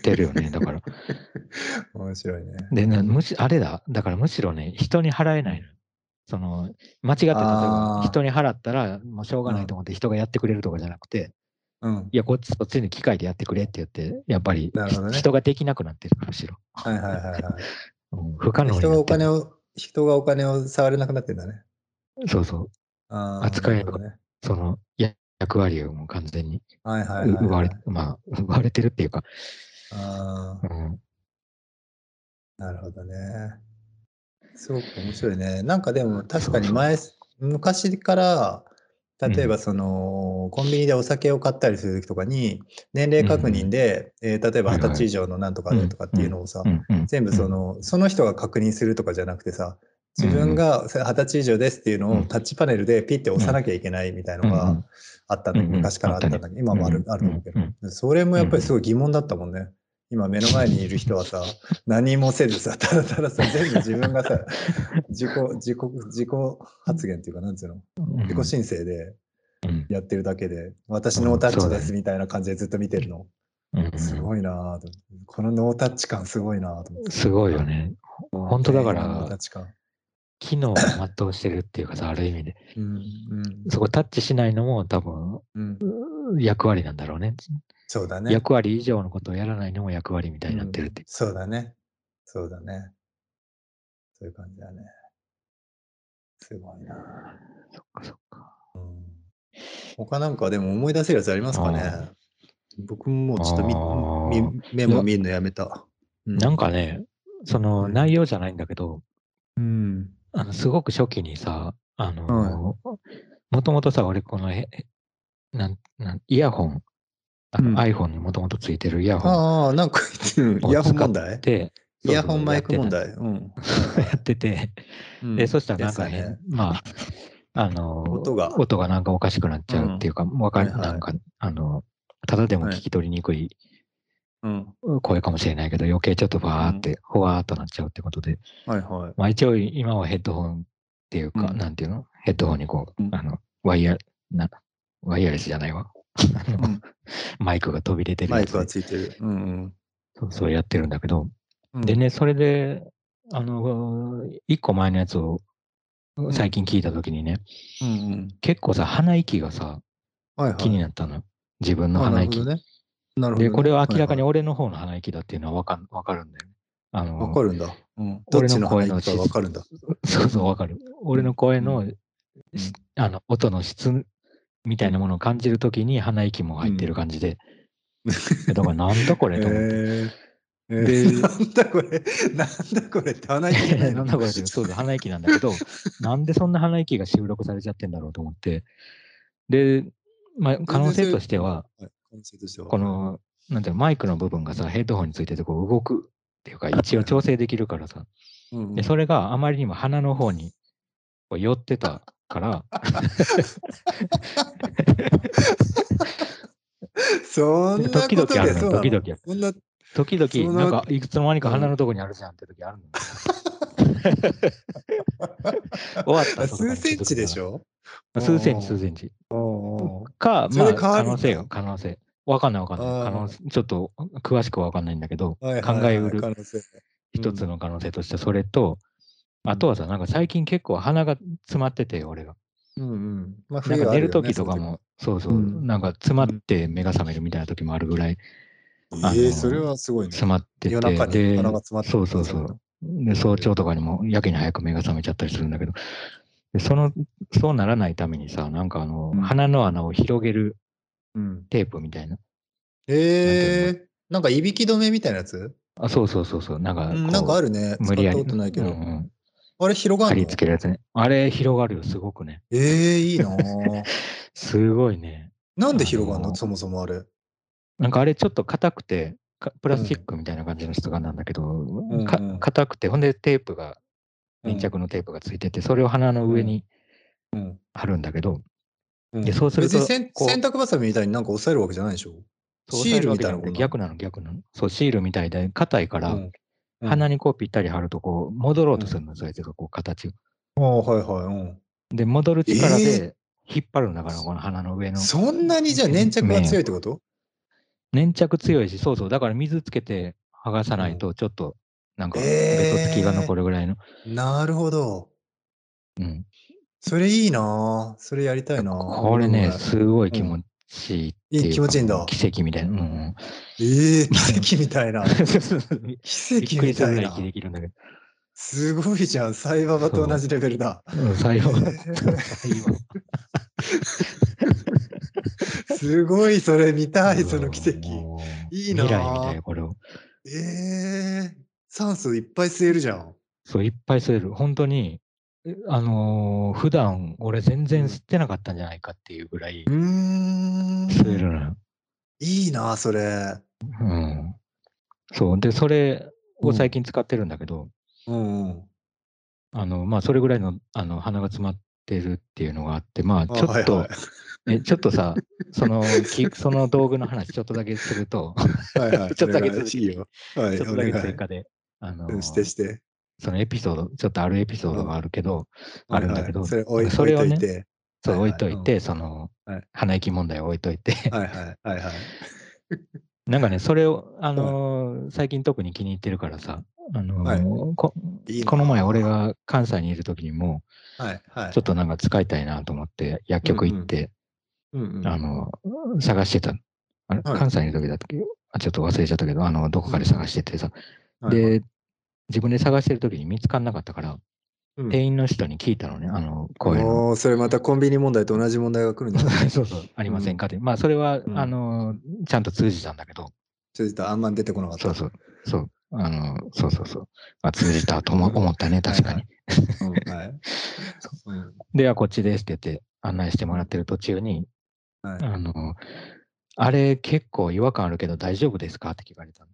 S2: てる
S1: <laughs>
S2: よね、だから。
S1: 面白いね。
S2: で、なむしあれだ、だからむしろね、人に払えないのよ。その、間違って、例えば
S1: あー
S2: 人に払ったら、もうしょうがないと思って人がやってくれるとかじゃなくて、
S1: うん。
S2: いや、こっち、そっちに機械でやってくれって言って、やっぱり、
S1: なるほどね
S2: 人ができなくなってる、むしろ。
S1: はいはいはいはい。
S2: うん不可能に
S1: 人が
S2: なっ
S1: お
S2: てる
S1: 金を、人がお金を触れなくなってんだね。
S2: そうそう。
S1: あー
S2: 扱い
S1: なるほどね。
S2: その、や役割をもう完全に
S1: はいは
S2: う
S1: いはいはい。
S2: 奪われ、まあ、奪われてるっていうか、
S1: あ
S2: うん
S1: あ、なるほどね。すごく面白いね。なんかでも確かに前、昔から、例えばその、コンビニでお酒を買ったりするときとかに、年齢確認で、えー例えば
S2: はい
S1: 二
S2: はい
S1: 十歳以上のなんとかでとかっていうのをさ、
S2: うんうん
S1: 全部その、その人が確認するとかじゃなくてさ、自分が二十歳以上ですっていうの
S2: う
S1: を
S2: ん
S1: タッチパネルでピッて押さなきゃいけないみたいのがあったの、
S2: うんうん
S1: 昔からあったんだけど、今もある,、あると思うけど、
S2: うんうん
S1: それもやっぱりすごい疑問だったもんね。今目の前にいる人はさ、 <laughs> 何もせずさ、ただたださ、全部自分が
S2: <laughs>
S1: さ、自己、自己、自己発言っていうか、なんつうの、
S2: うん
S1: 自己申請で
S2: うん
S1: やってるだけで、私ノータッチですみたいな感じでずっと見てるの。
S2: うんうん
S1: すごいなぁと思って。このノータッチ感すごいなぁと思って。
S2: すごいよね。本当だから
S1: ノータッチ感。
S2: 機能を全うしてるっていうかさ、ある意味で。
S1: うん、
S2: そこタッチしないのも多分
S1: うん、うん。
S2: 役割なんだろうね。
S1: そうだね。
S2: 役割以上のことをやらないのも役割みたいになってるって
S1: うん。そうだね。そうだね。そういう感じだね。すごいなぁ。
S2: そっかそっか。
S1: 他なんかでも思い出せるやつありますかね
S2: あ
S1: 僕ももうちょっとみ
S2: あー
S1: みメモ見るのやめた。う
S2: なんかね、その内容じゃないんだけど、
S1: うん。
S2: あのすごく初期にさ、あの、もともとさ、俺このへ、へなん、なん、イヤホン、あの
S1: うん
S2: iPhone にもともとついてるイヤホン
S1: ああ、なんか言
S2: <laughs>
S1: ってる。イヤホン問題
S2: で、
S1: イヤホンマイク問
S2: そう
S1: 題。うん。
S2: そうやってて、やってて
S1: うん
S2: で、そしたらなんかね、
S1: ですよ
S2: まあ、あの、
S1: 音が
S2: 音がなんかおかしくなっちゃうっていうか、わか
S1: はいはい
S2: なんか、あの、ただでも
S1: はい
S2: 聞き取りにくい
S1: うん。
S2: 声かもしれないけど、余計ちょっとバーって、ほわーっとなっちゃうってことで、
S1: はいはい。
S2: まあ一応今はヘッドホンっていうか、
S1: うん
S2: なんていうのヘッドホンにこう、
S1: うん
S2: あの、ワイヤー、な、ワイヤレスじゃないわ。あの
S1: うん
S2: <laughs> マイクが飛び出てる
S1: マ
S2: や
S1: イ
S2: つ
S1: クはついてる。うん
S2: そうそうやってるんだけど、
S1: うん。
S2: でね、それで、あの、一個前のやつを
S1: ん
S2: 最近聞いたときにね、
S1: うんうん。
S2: 結構さ、鼻息がさ、
S1: はいはい。
S2: 気になったの。自分の
S1: あ
S2: 鼻
S1: なるほ
S2: 息。
S1: どね。なるほどね。
S2: で、これは明らかに
S1: は
S2: 俺の方の鼻息だっていうのはわかんわかるんだよね。あ
S1: い
S2: の
S1: はいわかるんだ。うん。どっ
S2: 俺
S1: ち
S2: の
S1: の
S2: 声
S1: 鼻
S2: の
S1: 息かわかるんだ。
S2: そうそう、わかる。俺の声の,、
S1: う
S2: しあの音の質みたいなものを感じるときに鼻息も入ってる感じで、だからなんだこ
S1: え
S2: れ
S1: <laughs>
S2: と思って。
S1: ーえ
S2: で
S1: ー、 <laughs> なんだこれなんだこれって鼻息じゃない
S2: <laughs> な
S1: の
S2: んだこれってそうそう、鼻息なんだけど、なんでそんな鼻息が収録されちゃってんだろうと思って。で、まあ、可能性として
S1: は
S2: は、
S1: い可能性としては
S2: この、なんていうの、マイクの部分がさ、ヘッドホンについててこう動くっていうか、一応調整できるからさ、
S1: うんうん
S2: でそれがあまりにも鼻の方にこう寄ってたから、
S1: そんなこと
S2: 時々あ
S1: で
S2: るの
S1: そう
S2: よ、
S1: なの
S2: 時々ある。
S1: そんな、
S2: 時
S1: そ
S2: 々、
S1: んな
S2: なんか、いくつの間にか鼻のとこにあるじゃんって時ある
S1: <laughs>
S2: の。終わった。
S1: 数センチでし
S2: ょ
S1: ょ
S2: 数センチ、数センチ。
S1: おー
S2: か、
S1: そ
S2: ま
S1: れ
S2: あ、
S1: で変わる
S2: 可
S1: んだ
S2: 能性よ、可能性。わかんないわかんな
S1: あ
S2: い。
S1: ー
S2: 可能性ちょっと詳しくはわかんないんだけど、
S1: はい
S2: 考
S1: はいは
S2: え
S1: い、
S2: うる
S1: 可能性
S2: 一つの可能性として、それと、あとはさ、なんか最近結構鼻が詰まってて、俺が。
S1: うんうん。まあ、
S2: なん
S1: 冬
S2: か
S1: はあ
S2: 寝
S1: るよ
S2: る
S1: ね
S2: 時とか。も、そうそう、
S1: うん
S2: なんか詰まって目が覚めるみたいな時もあるぐらい
S1: そういう
S2: あの
S1: 時えー、それはすごいね。
S2: 詰まってて、
S1: 夜中に
S2: で
S1: 鼻が詰まって
S2: そうそうそう。で早朝とかにもやけに早く目が覚めちゃったりするんだけど、でその、そうならないためにさ、なんかあの、
S1: うん
S2: 鼻の穴を広げる
S1: うん。
S2: テープみたいな。
S1: えー、なんかいびき止めみたいなやつ
S2: あ、そうそうそうそう。なんかこ
S1: う
S2: う、
S1: ん、なんかあるね。使
S2: 無
S1: っ
S2: 理
S1: た
S2: やり
S1: ことないけど。
S2: うんうん
S1: あれ広が
S2: 貼
S1: る
S2: り
S1: の
S2: 付けるやつね。あれ広がるよ、すごくね。
S1: ええいいな
S2: <laughs>
S1: ぁ
S2: すごいね。
S1: なんで広がる
S2: あ
S1: の
S2: の
S1: そもそもあれ。
S2: なんかあれちょっと硬くて、かプラスチックみたいな感じの質感なんだけど、
S1: ん
S2: か
S1: うん
S2: 硬くて、ほんでテープが、
S1: うん
S2: 粘着のテープがついてて、それを鼻の上に
S1: うん
S2: 貼るんだけど、
S1: うん
S2: でそうすると
S1: 別にせん
S2: こう
S1: 洗濯バサミみたいになんか押さえるわけじゃないでしょ
S2: そう
S1: シールみたいな
S2: 押さえるわけじゃく
S1: こと
S2: て逆なの、逆なの。そう、シールみたいで、硬いから、
S1: うんうん
S2: 鼻にこうぴったり貼ると、こう、戻ろうとするの、そうやってこう、形を。
S1: ああ、はいはい。うん
S2: で、戻る力
S1: え
S2: で引っ張るんだから、この鼻の上の。
S1: そんなにじゃあ粘着が強いってこと
S2: 粘着強いし、そうそう、だから水つけて剥がさないと、ちょっと、なんか、ベトつきが残るぐらいの。
S1: なるほど。
S2: うん。
S1: それいいなぁそれやりたいなぁ
S2: これね、
S1: うん
S2: すごい気持ちいいっていうか。
S1: いい気持ちいいんだ
S2: 奇跡みたいな。うん
S1: ええ <laughs> 奇跡みたい
S2: <laughs>
S1: な。
S2: うん。
S1: 奇
S2: びっ
S1: 跡
S2: くり
S1: み
S2: する
S1: た
S2: ぐら
S1: い
S2: い
S1: な
S2: 息。できるんだけど。
S1: すごいじゃん。サイババと同じレベルだ。
S2: うん最後。
S1: え <laughs>
S2: 最後
S1: すごい、それ見たい、その奇跡。
S2: もう
S1: いいなぁ
S2: 未来みたいな、これを。
S1: ええ酸素いっぱい吸えるじゃん。
S2: そう、いっぱい吸える。本当に、えあのー普段俺全然吸ってなかったんじゃないかっていうぐらいう
S1: ーん。
S2: 吸えるのよ。
S1: いいな、それ。
S2: うん。そう。で、それを最近使ってるんだけど、
S1: うんうん。
S2: あの、まあ、それぐらいの、あの、鼻が詰まってるっていうのがあって、まあ、
S1: あ
S2: ちょっと、
S1: はいは
S2: えちょっとさ、その、き
S1: <laughs>
S2: その道具の話、ちょっとだけすると、
S1: い。はいはい。
S2: <laughs> ちょっとだけ
S1: お願い
S2: 続き
S1: いいよ。はい。
S2: ちょっとだけ追
S1: お願い
S2: 加で、あの
S1: う、んしてして。
S2: そのエピソード、ちょっとあるエピソードがあるけど、あるんだけど
S1: はいはいそれ置い
S2: それをね
S1: 置いといて。
S2: そう
S1: は
S2: 置
S1: い
S2: い
S1: はい
S2: といて、その
S1: はい、
S2: 鼻息問題を置いといて、 <laughs>
S1: はいはいはいはい。
S2: なんかね、それを、あのー最近特に気に入ってるからさ、あのーこ
S1: いいな
S2: この前俺が関西にいる時にも、
S1: はいはい。
S2: ちょっとなんか使いたいなと思って、薬局行って、
S1: うんうん
S2: あのー探してた。あれ
S1: はい
S2: 関西にいる時だったっけあちょっと忘れちゃったけど、あの、どこかで探しててさ、
S1: はいはい
S2: で、自分で探してる時に見つかんなかったから、
S1: うん
S2: 店員の人に聞いたのね、あの、こういうの。
S1: おーそれまたコンビニ問題と同じ問題が来るんじゃない
S2: <laughs> そうそう、ありませんかって。まあ、それは、
S1: うん
S2: あのー、ちゃんと通じたんだけど、
S1: ちょっとあんま出てこなかった。
S2: そうそう。そう。あの、そうそうそう。あ、通じたとも思ったね、確かに。
S1: うんはい。うん
S2: では、こっちですって言って案内してもらってる途中に、
S1: はい
S2: あの、あれ結構違和感あるけど大丈夫ですかって聞かれたの。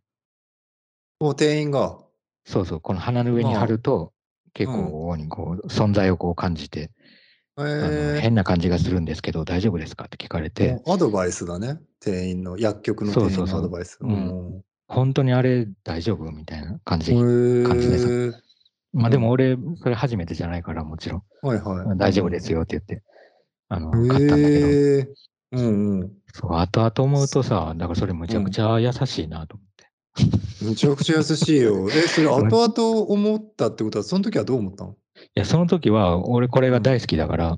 S1: もう店員が、
S2: そうそう。この鼻の上に貼ると、結構、にこう、存在をこう感じて、
S1: え
S2: あの
S1: ー
S2: 変な感じがするんですけど、大丈夫ですかって聞かれて
S1: も、うアドバイスだね。店員の、薬局の店
S2: そ
S1: 員
S2: うそうそ
S1: の
S2: う
S1: アドバイス。
S2: うん
S1: うん
S2: 本当にあれ大丈夫みたいな感
S1: へ
S2: じ。
S1: ー
S2: 感じでまあでも俺、それ初めてじゃないから、もちろん。
S1: はいはい。
S2: 大丈夫ですよって言って、あ
S1: へ
S2: の、
S1: ー。
S2: 買ったんだけど。
S1: うんうん。
S2: そう、後々思うとさ、だからそれむちゃくちゃ優しいなと思って。
S1: めちゃくちゃ優しいよ。え、それ後々思ったってことは、その時はどう思ったの
S2: いや、その時は、俺これが大好きだから、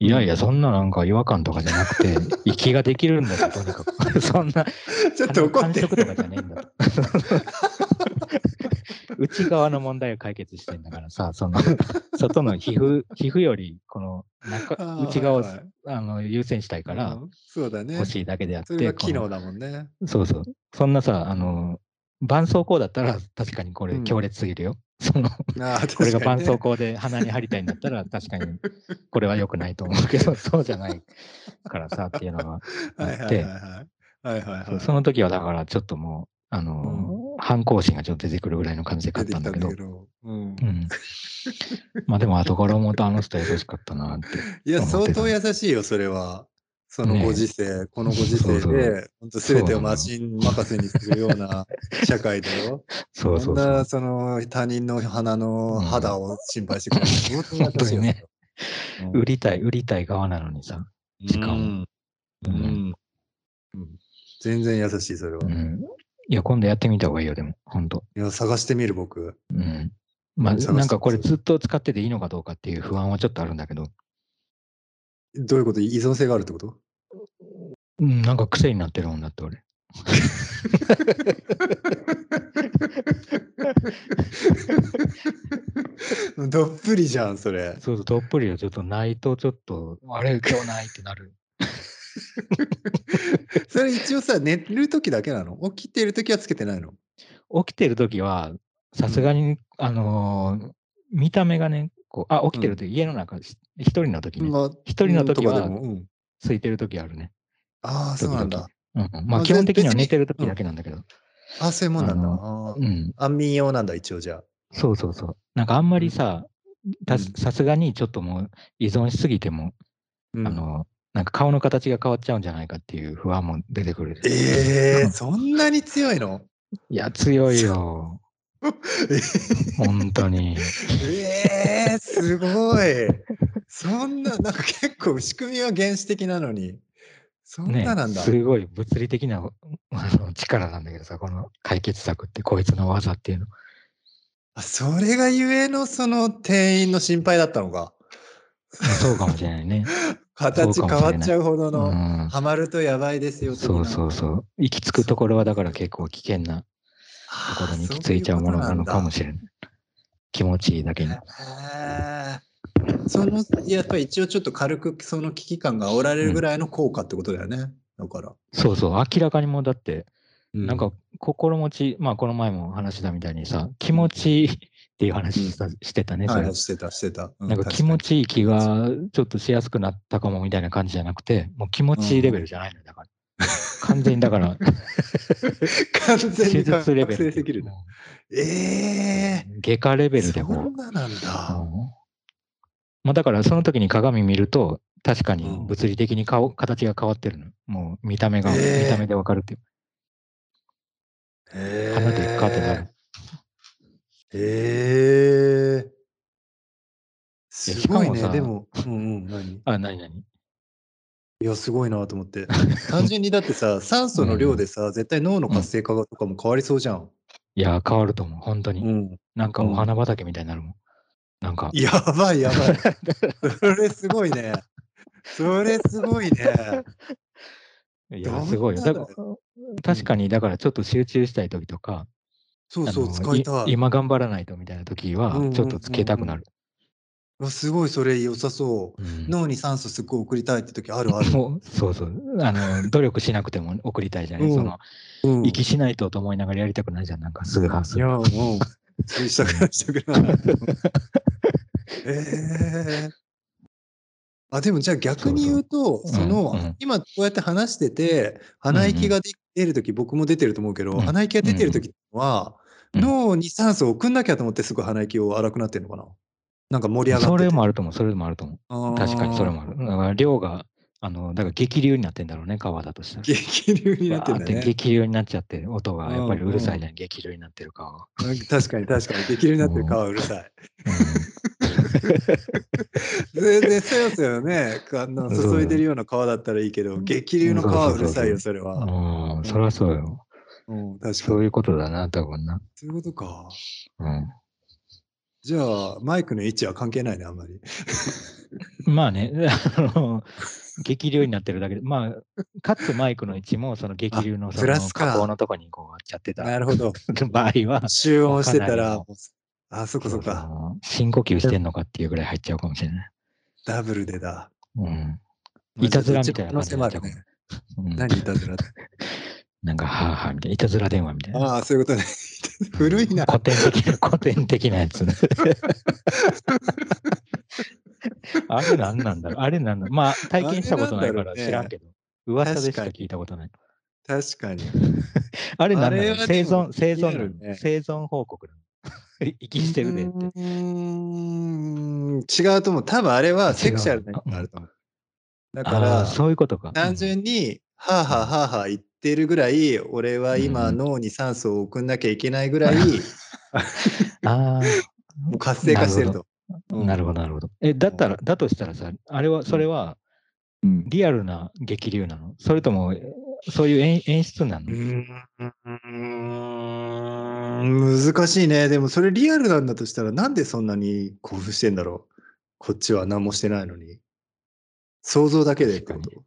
S2: いやいや、そんななんか違和感とかじゃ
S1: <laughs>
S2: なくて、息ができるんだよ、とにかく。そんな、
S1: ちょっと怒っ
S2: 感
S1: て
S2: 触とかじゃねえんだ <laughs> と。内側の問題を解決してんだからさ、その、外の皮膚、皮膚より、この中、
S1: あー
S2: 内側を、
S1: はいはい
S2: あの優先したいから、
S1: うんそうだね
S2: 欲。しいだけであっ
S1: そ
S2: て、
S1: れが機
S2: こ
S1: 能だもんね。
S2: のそうそう。そんなさ、あの、絆創膏だったら確かにこれ
S1: うん
S2: 強烈すぎるよ。その、
S1: あ
S2: <laughs>
S1: ー
S2: これ
S1: 確か
S2: が絆
S1: にね
S2: 創膏で鼻に貼りたいんだったら確かにこれは良くないと思う
S1: <laughs>
S2: けどそうじゃないからさっていうのがあ
S1: はい
S2: っ
S1: はい
S2: て
S1: はいはい。はいはいはい。
S2: その時はだからちょっともうあの、反抗心がちょっと出てくるぐらいの感じで買
S1: 出
S2: ってた
S1: き
S2: ん
S1: た
S2: だ
S1: ん
S2: け
S1: だ
S2: ど
S1: け。ど。うん
S2: う、ん、まあでも後から思うとあの人優しかったなって。
S1: いや、
S2: 思っ
S1: 相
S2: てた
S1: 当優しいよ、それは。その
S2: ねえ
S1: ご時世、このご時
S2: そう
S1: 世
S2: そう
S1: で、本当すべてをマシン任せにするよう
S2: <laughs>
S1: な社会だよ。
S2: <laughs> そう
S1: そん
S2: そうそう
S1: な、。その、他人の鼻の肌を心配してくれる。
S2: 本当にね
S1: 本当に優し
S2: 売
S1: いよ。
S2: りたい、売りたい側なのにさ。
S1: うん
S2: しかも
S1: う
S2: うんん。
S1: うん全然優しい、それは。
S2: う
S1: い
S2: ん、いや、今度やってみた方がいいよ、でも、本当
S1: や、探してみる、僕。
S2: うん。まあ、
S1: 探して
S2: なんかこれずっと使ってていいのかどうかっていう不安はちょっとあるんだけど、
S1: どういうこと依存性があるってこと <laughs>
S2: うん、なんか癖になってるもんだって俺。
S1: どっぷりじゃん、それ。 <laughs>
S2: そうそう、どっぷりはちょっとないとちょっと、あれ今日ないってなる。
S1: それ一応さ、寝るときだけなの起きてるときはつけてないの
S2: 起きてる時は、さすがに、あのー見た目がね、こう、あ、起きてる時、家の中、し一人の時に、
S1: まあ
S2: 一人の時は
S1: とかでもうん
S2: 空いてる時あるね。
S1: ああ、そうなんだ。
S2: うんうん、
S1: ま
S2: ま
S1: あ
S2: あ基本的には
S1: 別に
S2: 寝てる時だけなんだけど。
S1: あそういうもんなんだ。
S2: あ
S1: あ
S2: うん、
S1: あ安眠用なんだ、一応じゃあ。
S2: そうそうそう。なんかあんまりさ、た
S1: うん
S2: さすがにちょっともう依存しすぎても、
S1: うん
S2: あの、なんか顔の形が変わっちゃうんじゃないかっていう不安も出てくる。
S1: ええ
S2: うん <laughs>
S1: そんなに強いの
S2: いや、強い
S1: <laughs>
S2: よ。本当に。
S1: ええすごい。そんな、なんか結構仕組みは原始的なのに。そん
S2: ね
S1: ななんだ。
S2: すごい物理的な <laughs> あの力なんだけどさ、この解決策って、こいつの技っていうの。
S1: あそれがゆえのその店員の心配だったのか。
S2: そうかもしれない
S1: <laughs>
S2: ね。
S1: 形
S2: そ
S1: 変
S2: う
S1: わ
S2: かもしれな
S1: っ
S2: い
S1: ちゃうほど
S2: う
S1: の、
S2: ん、
S1: ハマるとやばいですよ的な。
S2: そうそうそう。行き着くところはだから結構危険なと
S1: あー
S2: ころに行き着いちゃうものなのかもしれない。気持ちいいだけに。
S1: へーそのやっぱり一応ちょっと軽くその危機感が煽られるぐらいの効果ってことだよね、だから、
S2: そうそう、明らかにもうだって、なん
S1: う
S2: か心持ち、まあこの前も話したみたいにさ、気持ちいいっていう話したしてたね、それ
S1: はいしてたしてた、う
S2: なんか気持
S1: 確
S2: ちいい気がちょっとしやすくなったかもみたいな感じじゃなくて、もう気持ちいいレベルじゃないのよだから。
S1: <laughs>
S2: 完全にだから、
S1: かに完全
S2: 手
S1: に
S2: 術レ
S1: 覚
S2: ベル
S1: 醒
S2: って
S1: でき
S2: い
S1: る
S2: う。
S1: なえ
S2: 外科レ
S1: え
S2: ベルで
S1: そ
S2: もう。
S1: んななんだ、
S2: うんまあだからその時に鏡見ると、確かに物理的に顔、形が変わってるの。もう見た目が、
S1: えー
S2: 見た目でわかるっていう。
S1: え
S2: 鼻でかってなる。
S1: ええすごい
S2: しかも
S1: ね
S2: さ
S1: でもうんうん何
S2: あ、なになに
S1: いや、すごいなと思
S2: <laughs>
S1: って。単純にだってさ、酸素の量でさ、絶対脳の活性化とかも変わりそうじゃん。
S2: いや、変わると思う。本当に。
S1: うん。
S2: なんかお花畑みたいになるもん。なんか、
S1: やばいやばい。
S2: <laughs>
S1: それすごいね。それすごいね。
S2: い
S1: どん
S2: や、
S1: な
S2: すごいよ。だから確かに、だからちょっと集中したい時とか、
S1: そう
S2: あ
S1: そう、
S2: の
S1: 使いたい。
S2: 今頑張らないとみたいな時
S1: うんうんうん
S2: は
S1: う、ん
S2: ちょっとつけたくなる。
S1: うわすごい、それ良さそう。
S2: うん
S1: 脳に酸素すっごい送りたいって時ある
S2: <laughs>
S1: ある。
S2: もうそうそう。あの、努力しなくても送りたいじゃな
S1: う
S2: い。
S1: ん
S2: その、
S1: うん
S2: 息しないとと思いながらやりたくないじゃん。なんか、すぐ発
S1: いや、
S2: る。
S1: もう、したくない、したくない。ええあ、でもじゃあ逆に言うと、
S2: う
S1: その、
S2: うんうん
S1: 今こうやって話してて、鼻息がで出るとき、僕も出てると思うけど、
S2: うん
S1: 鼻息が出てるときは、
S2: うん
S1: 脳に酸素を送んなきゃと思ってすぐ鼻息を荒くなってるのかななんか盛り上がって
S2: そ
S1: て。
S2: れもあると思う。それもあると思
S1: あ
S2: う。
S1: ー
S2: 確かに、それもある。だから、量が、あの、だから激流になってんだろうね、川だとしたら。
S1: 激流になってん
S2: わー
S1: だ
S2: って
S1: ね。
S2: 激流になっちゃって、音がやっぱりうるさいじゃ、
S1: うん
S2: 激流になってる川は。
S1: 確かに確かに、激流になってる川はうるさい。 <laughs> 全然そよそよね、あの
S2: そう
S1: 注いでるような川だったらいいけど、激流の川はうるさいよ、それは。
S2: うん、そりゃそうよ。
S1: うん、確か
S2: そ
S1: に。
S2: ういうことだな、多分な。
S1: そういうことか。
S2: う
S1: じゃあ、マイクの位置は関係ないね、あんまり。
S2: ん、まあね、 <laughs> あの、激流になってるだけで、まあ、かつマイクの位置も、その激流の
S1: あ
S2: そ
S1: プ
S2: の
S1: ラスか
S2: 河口のとこにこう割っちゃってた
S1: る
S2: <laughs>
S1: ほど。
S2: 場合は、
S1: 集音してたら
S2: わかんないよ、
S1: あ、そっかそっか。
S2: うん深呼吸してんのかっていうぐらい入っちゃうかもしれない。
S1: ダブルでだ。
S2: うん。
S1: まあ
S2: いたずらみたいな感じ
S1: どっちの可能性もあるね。
S2: うん、
S1: 何いたずらって。
S2: なんか、はあはあみたいな、いたずら電話みたいな。
S1: ああ、そういうことね。 <laughs> 古いな。
S2: 古典的な、古典的な
S1: <laughs>
S2: やつ。あれ何なんだろうあれ何なんだまあ、体験したことないから知らんけど、噂でしか聞いたことない。
S1: 確かに。
S2: あれ何な
S1: あれ
S2: んだ
S1: は
S2: ろう
S1: で
S2: 生
S1: も
S2: 存、生存
S1: 気になる
S2: 論
S1: ね
S2: 生存報告な <laughs> の。息してるでっ
S1: う
S2: て。
S1: ーん、違うと思う。多分あれはセクシャルな意味があると思う。だか
S2: ああー、
S1: ら、
S2: そういうことか。
S1: 単純に、はあはあはあはあ言ってるぐらい、俺は今
S2: うん
S1: 脳に酸素を送んなきゃいけないぐらい、
S2: うんあ
S1: もう活性化してると。
S2: あ、なるほど、なるほど。え、だったら、だとしたらさ、あれは、それは
S1: うん
S2: リアルな激流なのそれとも、そういう演演出な
S1: う
S2: の
S1: ーん難しいね。でもそれリアルなんだとしたらなんでそんなに興奮してんだろう。こっちは何もしてないのに。想像だけでってこと
S2: 確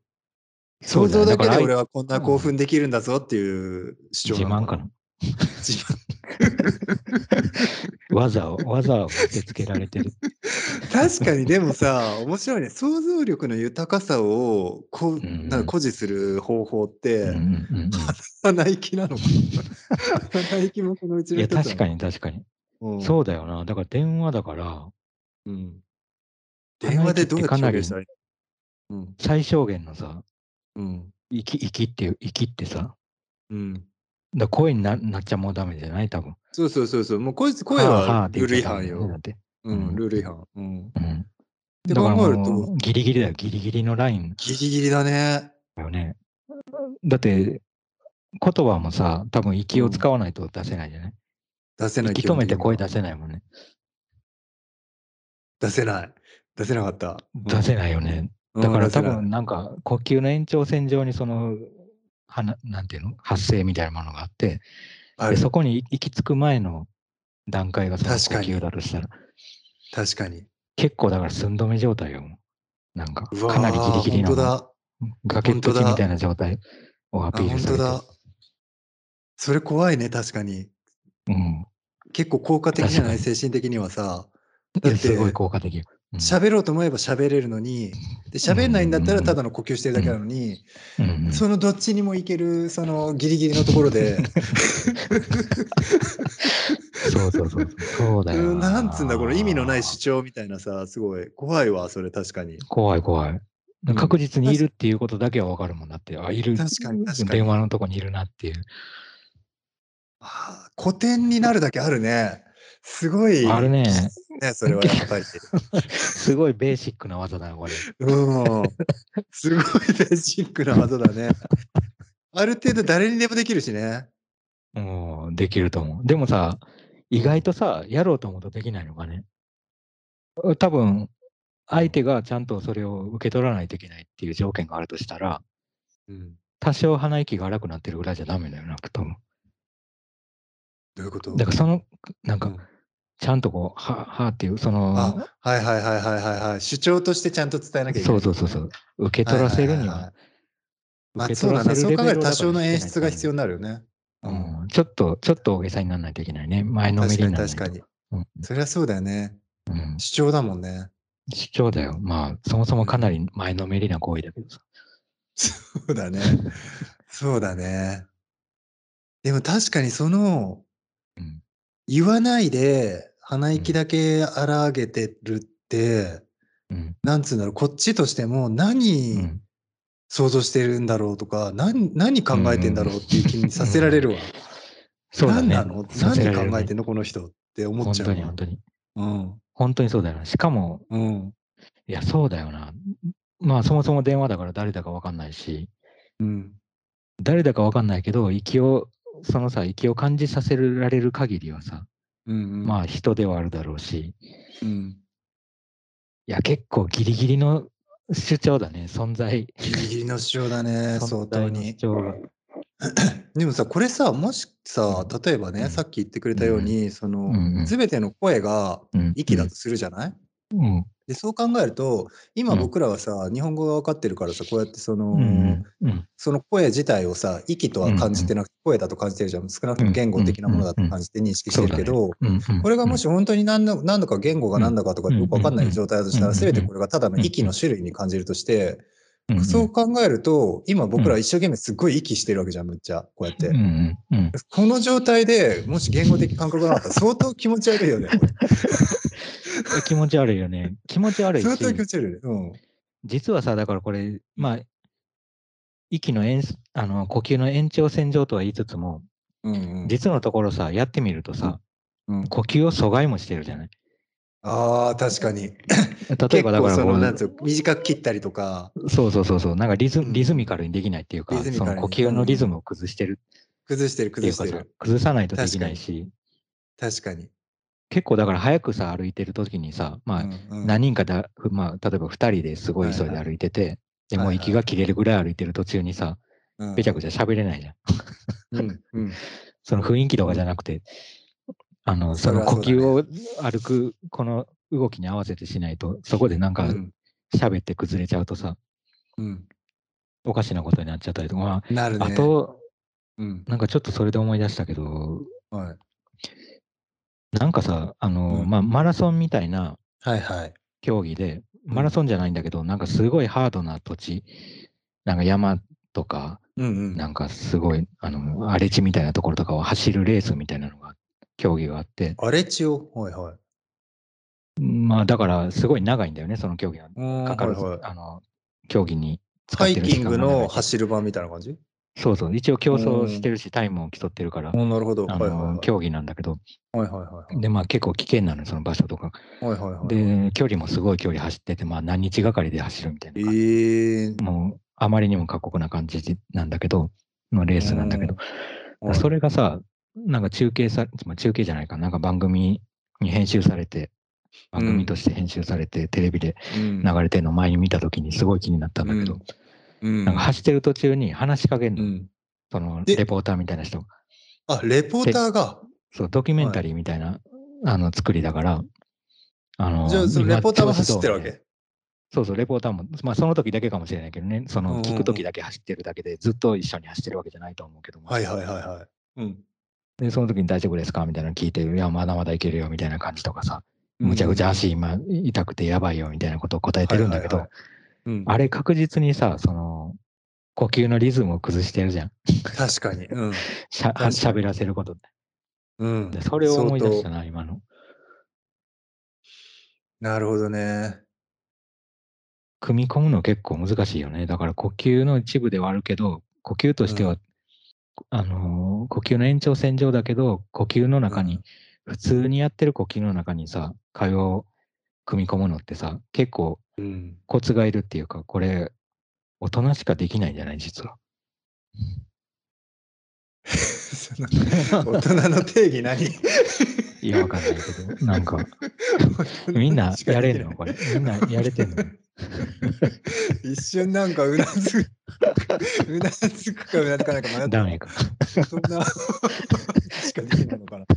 S1: 想像だけで
S2: そう
S1: 俺
S2: よ
S1: はこんな興奮できるんだぞっていう主
S2: 自
S1: 張な
S2: 慢
S1: の
S2: かな。
S1: 自慢 <laughs>
S2: 技を、技を見せつけられてる。
S1: 確かにでもさ、面白いね。想像力の豊かさをこ、
S2: ん
S1: なんか誇示する方法っ
S2: うんう
S1: て、
S2: んうん
S1: <laughs> 鼻息なのかな鼻息もこのうち
S2: うんい
S1: の
S2: や、
S1: 一つなの
S2: 確かに確かに。
S1: うん
S2: そうだよな。だから電話だから、
S1: うん。電話でどうやって表現したらいいうん。
S2: 最小限のさ、
S1: うん。
S2: 息、息っていう、息ってさ、だか
S1: うん。
S2: ら声にななっちゃもうダメじゃない多分。
S1: そうそうそうそう。もう声声
S2: ああああ
S1: は
S2: って
S1: ル
S2: 言
S1: ー
S2: っ
S1: ル違反
S2: ちゃダメだよねだ
S1: よ
S2: っ。て
S1: うん、ルール違反。うん。
S2: うん。
S1: で
S2: だから
S1: 考える
S2: も
S1: と
S2: う、、ギリギリだよ。ギリギリのライン
S1: ギリギリだね。
S2: だよね。だって、言葉もさ、多分息を使わないと出せないじゃない、
S1: 出せない。
S2: 息止めて声出せないもんね。
S1: 出せない。出せなかった。
S2: 出せないよね。
S1: うん
S2: だから
S1: 出せ
S2: 多
S1: ない
S2: 分なんか呼吸の延長線上にその、はななんていうの発生みたいなものがあって、
S1: ある
S2: でそこに行き着く前の段階がその
S1: 確かに
S2: 呼吸だとしたら、
S1: 確かに。
S2: 結構だから寸止め状態よ。なんか、
S1: うわー
S2: かなりギリギリ
S1: 本当
S2: の
S1: だ。
S2: 崖っぷ
S1: 本当
S2: ち
S1: だ
S2: みたいな状態をア
S1: あ、
S2: ピール
S1: 本
S2: す
S1: 当
S2: ると。
S1: だ。それ怖いね、確かに。
S2: うん。
S1: 結構効果的じゃない
S2: 確か
S1: 精神的にはさ。
S2: い
S1: だっ
S2: や
S1: て
S2: すごい効果的よ。うん
S1: 喋ろうと思えば喋れるのに、で喋んないんだったらただの呼吸してるだけなのに、
S2: うんうん
S1: そのどっちにもいける、そのギリギリのところで、
S2: そうそうそう。そう <laughs> だよ。
S1: うん <laughs> なんつうんだ、これ意味のない主。張みたいなさ、すごい怖いわ、それ確かに。
S2: 怖い怖い。
S1: うん
S2: 確実にいるっていうことだけは分かるもんだって、あ、いる。
S1: 確かに確かに
S2: 電話のとこにいるなっていう。
S1: あー古典になるだけあるね。すごい。
S2: あれね、
S1: ね、それはやっぱり。
S2: すごいベーシックな技だよ、これ。
S1: うん。すごいベーシックな技だね。ある程度誰にでもできるしね。
S2: もうんできると思う。でもさ、意外とさ、やろうと思うとできないのかね。多分、相手がちゃんとそれを受け取らないといけないっていう条件があるとしたら、
S1: うん。
S2: 多少鼻息が荒くなってるぐらいじゃダメだよな、多分。
S1: どういうこと
S2: だからその、なん
S1: う
S2: か
S1: ん、
S2: ちゃんとこう、は、はっていう、その、
S1: あ、はいはいはいはいはいはい。主張としてちゃんと伝えなきゃいけ
S2: そ
S1: な
S2: う
S1: い。
S2: そうそうそう、受け取らせる
S1: い
S2: に
S1: いい
S2: は、
S1: いま
S2: 受
S1: あ
S2: け
S1: そう
S2: 取
S1: だ
S2: らせ
S1: な。そ
S2: る
S1: う
S2: レ
S1: 考
S2: ベ
S1: える
S2: ルを
S1: と多少の演出が
S2: だからし
S1: 必
S2: て
S1: 要
S2: ない
S1: になるよね。うん
S2: うんちょっと、ちょっと大げさにならないといけないね。前のめ
S1: 確
S2: り
S1: か
S2: に
S1: に
S2: ならない
S1: 確
S2: と。
S1: かに。
S2: うん
S1: そりゃそうだよね。
S2: うん
S1: 主張だもんね。
S2: 主張だよ。まあ、そもそもかなり前のめりな行為だけどさ。
S1: そうだね。
S2: <laughs>
S1: そうだね。でも確かにその、
S2: うん
S1: 言わないで鼻息だけ荒げてるって、
S2: うん。
S1: なんつうんだろう、こっちとしても
S2: う
S1: 何
S2: ん
S1: 想像してるんだろうとか、何何考えてんだろうっていう気にさせられるわ。
S2: そうだ
S1: 何
S2: ね。
S1: なの
S2: させられる
S1: 何
S2: ね
S1: 考えてんのこの人って思っ
S2: 本
S1: ちゃう
S2: 当に
S1: わ
S2: 本。当に。
S1: うん。
S2: 本当にそうだよな。しかも、
S1: うん。
S2: いや、そうだよな。まあ、そもそも電話だから誰だかわかんないし、
S1: うん。
S2: 誰だかわかんないけど、息を、そのさ、息を感じさせられる限りはさ、
S1: うん。
S2: ま
S1: あ。
S2: あ人ではあるだろうし、
S1: うん。
S2: いや、結構ギリギリの主張だね、存在。
S1: ギリギリの主張だね、相当
S2: 存在の主
S1: に。
S2: 張が。
S1: でもさ、これさ、もしさ、
S2: うん
S1: 例えばね、
S2: うん
S1: さっき言ってくれたように、そ
S2: うんう
S1: の、
S2: ん
S1: すべての声が
S2: うん
S1: 息だとするじゃない、
S2: うん。
S1: で、そう考えると、今
S2: うん
S1: 僕らはさ、日本語が分かってるからさ、こうやってその、
S2: うん。うん。
S1: その声自体をさ、息とは感じてなくて、声だと感じてるじゃん。少なくとも言語的なものだと感じて認識してるけど、
S2: うん。うん
S1: これがも、し本当に何の何度か言語が何だかとかよく分かんない状態だとした
S2: う
S1: ら、
S2: ん
S1: すべてこれがただの息の種類に感じるとして、
S2: うんうん
S1: そう考えると、今僕ら一生懸命すっごい息してるわけじゃん、むっちゃ。こうやって
S2: うん。うんうん。
S1: この状態でもし言語的感覚がなかったら相当気持ち悪い
S2: <laughs>
S1: よね。
S2: 気持ち悪いよね。気持ち悪いし
S1: 相、当気持ち悪いよね。うん。
S2: 実はさ、だからこれ、まあ、息の延あの呼吸の延長線上とは言いつつも、
S1: うん
S2: 実のところさ、やってみるとさ、
S1: うんうん、
S2: 呼吸を阻害もしてるじゃない。
S1: ああ、確かに。
S2: 例え
S1: 結
S2: ばだ
S1: 構
S2: から
S1: その、
S2: こう
S1: なんつうの短く切ったりとか、
S2: そうそうそうそう、なんかリズ
S1: うん
S2: リズミカルにできないっていうか、
S1: リズミ
S2: そ
S1: カル
S2: の
S1: に
S2: 呼吸のリズムを崩してる
S1: 崩してる、
S2: って
S1: 崩
S2: いう
S1: し
S2: か
S1: て
S2: さ
S1: る。、
S2: 崩さないとできないし、
S1: 確かに。
S2: 結構だから早くさ、歩いてる時にさ、まあ、
S1: うんうん
S2: 何人かだ、まあ、例えば2人ですごい急いで歩いてて、でもう息が切れるぐらい歩いてる途中にさ、
S1: うん
S2: べちゃくちゃ喋れないじゃん。
S1: うんうん
S2: その雰囲気とかじゃなくて、あの、
S1: そ
S2: そ
S1: れ
S2: の
S1: は
S2: 呼
S1: そうだね
S2: 吸を歩く、この動きに合わせてしないと、そこでなん
S1: う
S2: か
S1: ん
S2: 喋って崩れちゃうとさ、
S1: うん
S2: おかしなことになっちゃったりとか、ま
S1: なる
S2: あ、
S1: ね。
S2: あと、
S1: うん
S2: なんかちょっとそれで思い出したけど、
S1: はい
S2: なんかさ、あの、
S1: うん
S2: まあ、マラソンみたいな、
S1: はいはい。
S2: 競技で、マラソンじゃないんだけど、なんかすごいハードな土地、なんか山とか、
S1: うんうん。
S2: なんかすごい、あの、荒れ地みたいなところとかを走るレースみたいなのが、競技があって、
S1: 荒れ地を。はいはい。
S2: まあだからすごい長いんだよね、その競技は。
S1: うん
S2: かかる、
S1: はいはい
S2: あの、競技に使
S1: ハ
S2: っ
S1: イ
S2: てる
S1: キ
S2: 時
S1: ン
S2: 間
S1: グ
S2: が長い
S1: の走る場みたいな感じ
S2: そうそう、一応競争してるし、タイムを競ってるから、
S1: おなるほど。は
S2: あ
S1: いはいはい
S2: の、。競技なんだけど、
S1: はいはいはい
S2: で、まあ結構危険なのよ、その場所とか。
S1: はい。はいはいはい。
S2: で、距離もすごい距離走ってて、まあ何日がかりで走るみたい
S1: え
S2: な感じ。
S1: ー。
S2: もう、あまりにも過酷な感じなんだけど、のレースなんだけど、
S1: はい
S2: それがさ、なんか中継さ、まあ中継じゃないかな、なんか番組に編集されて、番組として編集されて、テレビで
S1: うん
S2: 流れてるのを前に見たときにすごい気になったんだけど、
S1: うん
S2: なんか走ってる途中に話しかけん
S1: う
S2: の、
S1: ん。
S2: その
S1: で
S2: レポーターみたいな人が
S1: あ、レポーターが。
S2: そう、ドキュメンタリーみたいな、あの作りだから、あの
S1: じゃあ、その
S2: 今
S1: レポーターも走ってるわ
S2: 調子どうみたいな
S1: け。
S2: そうそう、レポーターも、まあ、その時だけかもしれないけどね、そ
S1: うんうんう
S2: の
S1: ん
S2: 聞く時だけ走ってるだけで、ずっと一緒に走ってるわけじゃないと思うけども、
S1: はいはいはいはい。うん。
S2: でその時に大丈夫ですかみたいなの聞いて、いや、まだまだいけるよみたいな感じとかさ、むちゃくちゃ足今痛くてやばいよみたいなことを答えてるんだけど、
S1: はいうん。
S2: あれ確実にさ、その、呼吸のリズムを崩してるじゃん。
S1: 確かに。うん。
S2: しゃ
S1: かに
S2: 喋らせることって
S1: うん
S2: で。それを思い出した
S1: 相
S2: な、今の。
S1: 当なるほどね。
S2: 組み込むの結構難しいよね。だから呼吸の一部ではあるけど、呼吸としては、
S1: う
S2: あのー呼吸の延長線上だけど、呼吸の中に、普通にやってる呼吸の中にさ、会話を組み込むのってさ、結構
S1: うん。
S2: コツがいるっていうか、これ、大人しかできないんじゃない実は。
S1: <laughs> その大人の定義何
S2: いや、わかんないけど、なんか、
S1: <laughs>
S2: みんなやれんのこれ。みんなやれてんの
S1: <laughs> 一瞬なんかうなず
S2: <laughs>
S1: く、うなずくかうなずかないか迷った
S2: ダメか。
S1: そんなしかできないのかな。
S2: い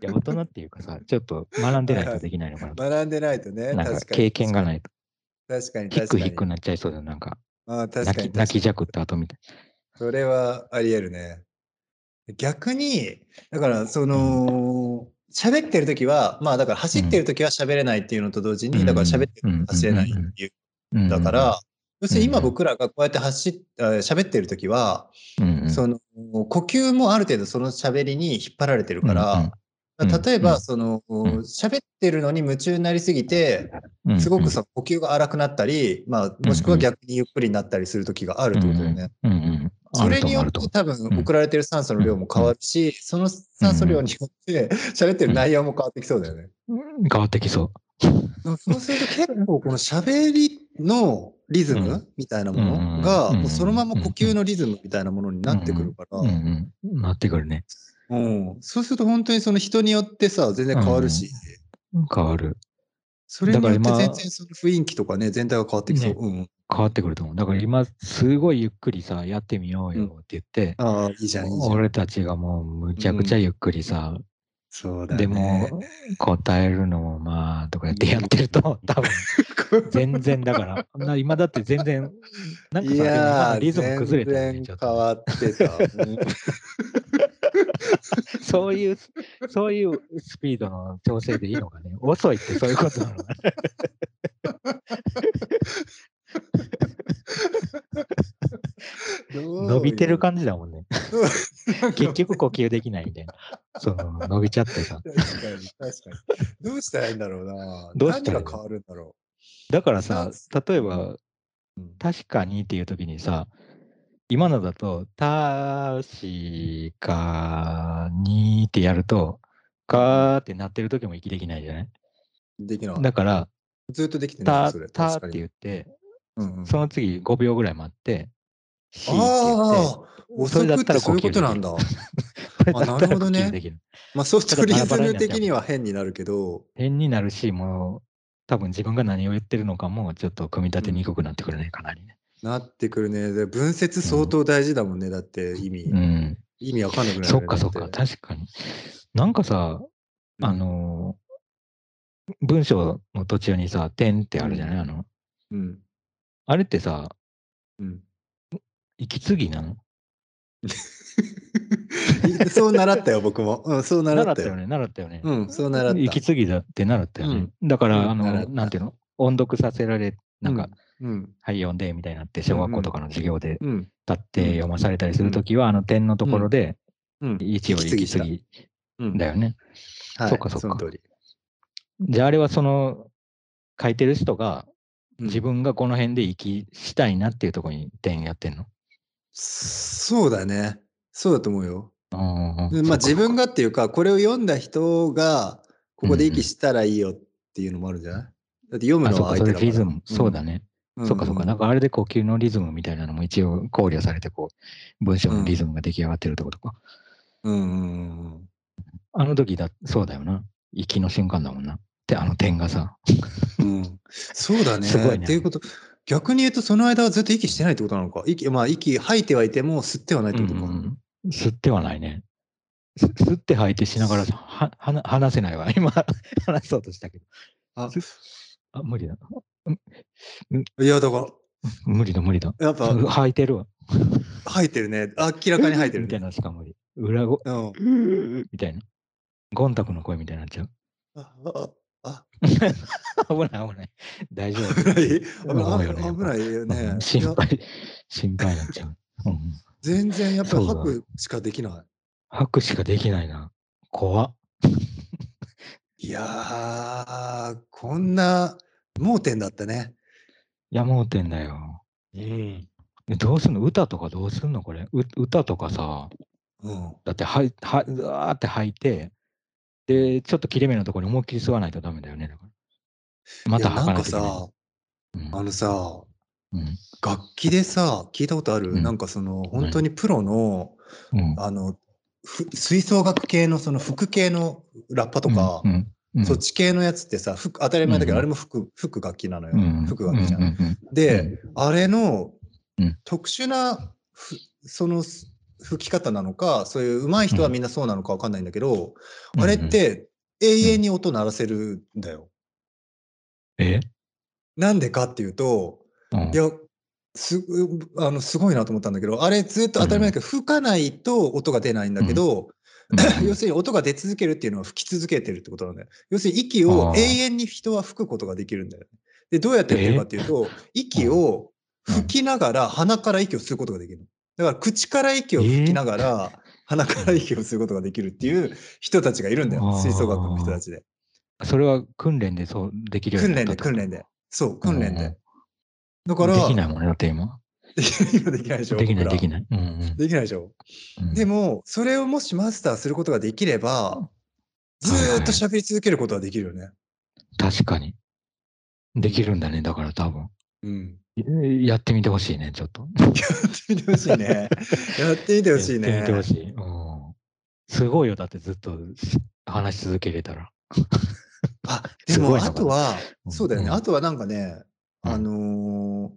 S2: や、大人っていうかさ、ちょっと学んでないとできないのかなと。
S1: 学んでないとね、
S2: なんか
S1: 確かに。
S2: 経験がないと。
S1: 確かに
S2: ヒッ
S1: 確
S2: ク
S1: か
S2: ヒ
S1: に
S2: ッ。クになっちゃいそうだよ、なんか。
S1: あー確か
S2: 泣
S1: に
S2: き泣き
S1: 確
S2: じ
S1: か
S2: ゃくった後みたい
S1: に。それはあり得るね。逆に、だから、その、喋ってる時は、まあだから走ってる時は喋れないっていうのと同時
S2: う
S1: に、
S2: ん
S1: だから喋ってる時は走れないっていう
S2: な。
S1: だから、要するに今
S2: うんうん
S1: 僕らがこうやって走っ、あ喋ってる時は、
S2: うんうん、うんうん
S1: その、呼吸もある程度その喋りに引っ張られてるから、
S2: うんうん
S1: 例え
S2: うんう
S1: ば、
S2: ん
S1: その、
S2: ん
S1: 喋ってるのに夢中になりすぎて、
S2: うんうん
S1: すごくさ、呼吸が荒くなったり、まあ、もしくは逆にゆっくりになったりする時があるってことだよね。
S2: うんうん、
S1: それによ
S2: あ
S1: っ
S2: ると
S1: て
S2: 思
S1: 多分
S2: うん
S1: 送られてる酸素の量も変わるし、その酸素量によって喋ってる内容も変わってきそうだよね。
S2: ううん変わってきそ
S1: そうすると結構この喋りのリズ
S2: う
S1: ム
S2: ん
S1: みたいなものが、
S2: うん
S1: もうそのまま呼吸のリズムみたいなものになってくるから、
S2: う。
S1: う
S2: うんんうん、なってくるね。
S1: そうすると本当にその人によってさ、全然変わるし、
S2: 変わる。
S1: それによって
S2: だから
S1: 全
S2: 今
S1: 然その雰囲気とかね、全体が変わってきそう。
S2: ね
S1: うん、
S2: 変わってくると思う。だから今、すごいゆっくりさ、やってみようよって言って、
S1: ああ、いいじゃん、いいじゃん。
S2: 俺たちがもうむちゃくちゃゆっくりさ、
S1: そうだね。
S2: でも、答えるのもまあ、とかやってやってると、多分全然だから、な今だって全然、なん
S1: い
S2: かさ、でも今
S1: や
S2: の
S1: ー、
S2: リズム崩れたよね、
S1: 全
S2: ちょ
S1: 然
S2: っと
S1: 変
S2: ね。
S1: わってた。うん
S2: <laughs> そういう、そういうスピードの調整でいいのかね。遅いってそういうことなのかね。伸びてる感じだもんね。結局呼吸できないみたいな。その伸びちゃってさ。
S1: 確かに、確かに。どうしたらいいんだろうな。
S2: どうしたらい
S1: 何
S2: いの
S1: が変わるんだろ
S2: だからさ
S1: なんす、
S2: 例えば
S1: うん、。
S2: 確かにっていう時にさ、今のだと、確かにってやると、かーってなってる時も息できないじゃないう
S1: できない。
S2: だから、
S1: ずっとできてない
S2: た、
S1: それ。
S2: たっ
S1: 確
S2: て
S1: かに
S2: 言って、
S1: うんうん
S2: その次5秒ぐらい待って、しーって言って
S1: ああ、遅くってそういうことなんだ。
S2: それだ <laughs> ったら
S1: あなるほどね
S2: 呼吸できる。
S1: まあ、ソフトリズ
S2: ただバ
S1: ム
S2: ラバラになっちゃう
S1: 的には変になるけど、
S2: 変になるし、もう、多分自分が何を言ってるのかも、ちょっと組み立てにくくなってくるね、かなりね。
S1: なってくるね。で分節相当大事だもんね。だって意味、
S2: うん。
S1: 意味わかんなくなる
S2: そ
S1: よ
S2: っ
S1: ね
S2: かそっか、
S1: だて
S2: 確かに。なんかさ、
S1: うん
S2: あのー文章の途中にさ、点ってあるじゃないあの、
S1: うん。
S2: あれってさ、 <laughs>
S1: うん。
S2: 息継ぎなの
S1: そう習ったよ、僕も。うん、そう習
S2: 習
S1: っ
S2: ったた
S1: よ。
S2: よね、習ったよね。
S1: うん、そう習った。
S2: 息継ぎだって習ったよね。だから、あ
S1: 習っ
S2: の、
S1: た
S2: なんていうの音読させられ、なんか、
S1: うん、
S2: はい、読んで、みたいになって、小学校とかの授業で
S1: うん、
S2: 立って読まされたりするときは、あの点のところで、
S1: うん。
S2: 一応
S1: 息継ぎ
S2: 息
S1: した
S2: 継ぎ
S1: うん
S2: だよね。
S1: はい、
S2: そうかそうか
S1: の通り。
S2: じゃあ、あれはその、書いてる人が、
S1: うん
S2: 自分がこの辺で息したいなっていうところに点やってんの。
S1: そうだね。そうだと思うよ。
S2: あ
S1: でまあ自分がっていうか、これを読んだ人が、ここで息したらいいよっていうのもあるんじゃない、だって読む
S2: あ、
S1: の
S2: そう
S1: は
S2: か、
S1: 相
S2: そ
S1: 手
S2: れ
S1: だから。
S2: リズム。そうだね。
S1: ん
S2: そうか、そうか。なんかあれで呼吸のリズムみたいなのも一応考慮されて、こう、文章のリズムが出来上がってるってことか。
S1: うんうんうんうん。
S2: あの時だ、そうだよな。息の瞬間だもんな。って、あの点がさ。
S1: うん、そうだね。
S2: すごいね
S1: っていうこと、逆に言うと、その間はずっと息してないってことなのか。息、まあ、息、吐いてはいても、吸ってはないってことか。
S2: うん吸ってはないね。す吸って吐いてしながらははな話せないわ。 <laughs> 今、話そうとしたけど。
S1: あ
S2: すあ無理だ。
S1: いや、だか
S2: 無理だ、無理だ。
S1: ら、やっぱ、
S2: 吐いてるわ。
S1: 吐いてるね。明らかに吐いてる
S2: みた
S1: ね。
S2: いなのしか無理。裏ご、
S1: うん。
S2: みたいな。ゴンタクの声みたいになっ
S1: <laughs>
S2: ちゃう。
S1: あああ
S2: 危ない、危ない。大丈夫。 <laughs>
S1: 危ない
S2: 思うよね
S1: 危ないよね
S2: う。ん
S1: い
S2: 心
S1: や
S2: 配、心配になっち
S1: <laughs>
S2: ゃう。うん
S1: 全然やっぱり
S2: そうだ
S1: 吐くしかできな
S2: 吐くしかできないな。怖っ。
S1: い。いやー、こんな盲点だったね。
S2: 山をてんだよ。
S1: うん。
S2: えどうすんの歌とかどうすんのこれ。う歌とかさ、
S1: うん。
S2: だってはい、はうわーって吐いて、で、ちょっと切れ目のところに思いっきり吸わないとダメだよね。だからま
S1: い
S2: た
S1: や
S2: 吐
S1: なん
S2: かない
S1: か
S2: といけない
S1: さ、あのさ、
S2: うん
S1: 楽器でさ、聞いたことある、
S2: うん
S1: なんかその、本当にプロの、
S2: うん
S1: あの、ふ吹奏楽系の、その、服系のラッパとか、
S2: うんうん
S1: そっち系のやつってさ、服当たり前だけ
S2: うん
S1: ど、あれも服、服楽器なのよ。
S2: うん
S1: 服楽器じゃん。
S2: ううん
S1: で、あれの
S2: うん
S1: 特殊なふ、そのす吹き方なのか、そういう上手い人はみんなそうなのかわかんないんだけど、
S2: うん
S1: あれって永遠に音鳴らせるんだよ。
S2: え
S1: なんでかっていうと、
S2: うん
S1: いや、すあのすごいなと思ったんだけど、あれずっと当たり前だけど、吹かないと音が出ないんだけど、
S2: <laughs> うん
S1: <laughs> 要するに音が出続けるっていうのは吹き続けてるってことなんだよ。要するに息を
S2: あー
S1: 永遠に人は吹くことができるんだよ。で、どうやって吹くかっていうと、息を吹きながら鼻から息を吸うことができる。だから口から息を吹きながら鼻から息を吸うことができるっていう人たちがいるんだ
S2: あ
S1: よ。
S2: ー
S1: 吹奏楽の人たちで。
S2: それは訓練でそうできるよう
S1: 訓
S2: に
S1: 練
S2: なっ
S1: で
S2: たってこと
S1: 訓練で。。そう、訓練
S2: うんう
S1: で
S2: ん。
S1: だから、
S2: できないもんね、だって今。
S1: できない今できないでしょ
S2: できな
S1: 僕
S2: い、
S1: ら
S2: できない。うんうん
S1: できないでしょ
S2: うん
S1: でもそれをもしマスターすることができればずーっと喋り続けることはできるよね、
S2: 確かに。できるんだね、だから多分。
S1: うん
S2: えやってみてほしいね、ちょっと。
S1: やってみてほしい
S2: <laughs>
S1: ねやってみてほしいね
S2: やってみてほしい。うんすごいよ、だってずっとし話し続けれたら。
S1: あです
S2: ご
S1: も
S2: いな
S1: あとは
S2: うん
S1: そうだよね、
S2: うん
S1: あとはなんかねあのー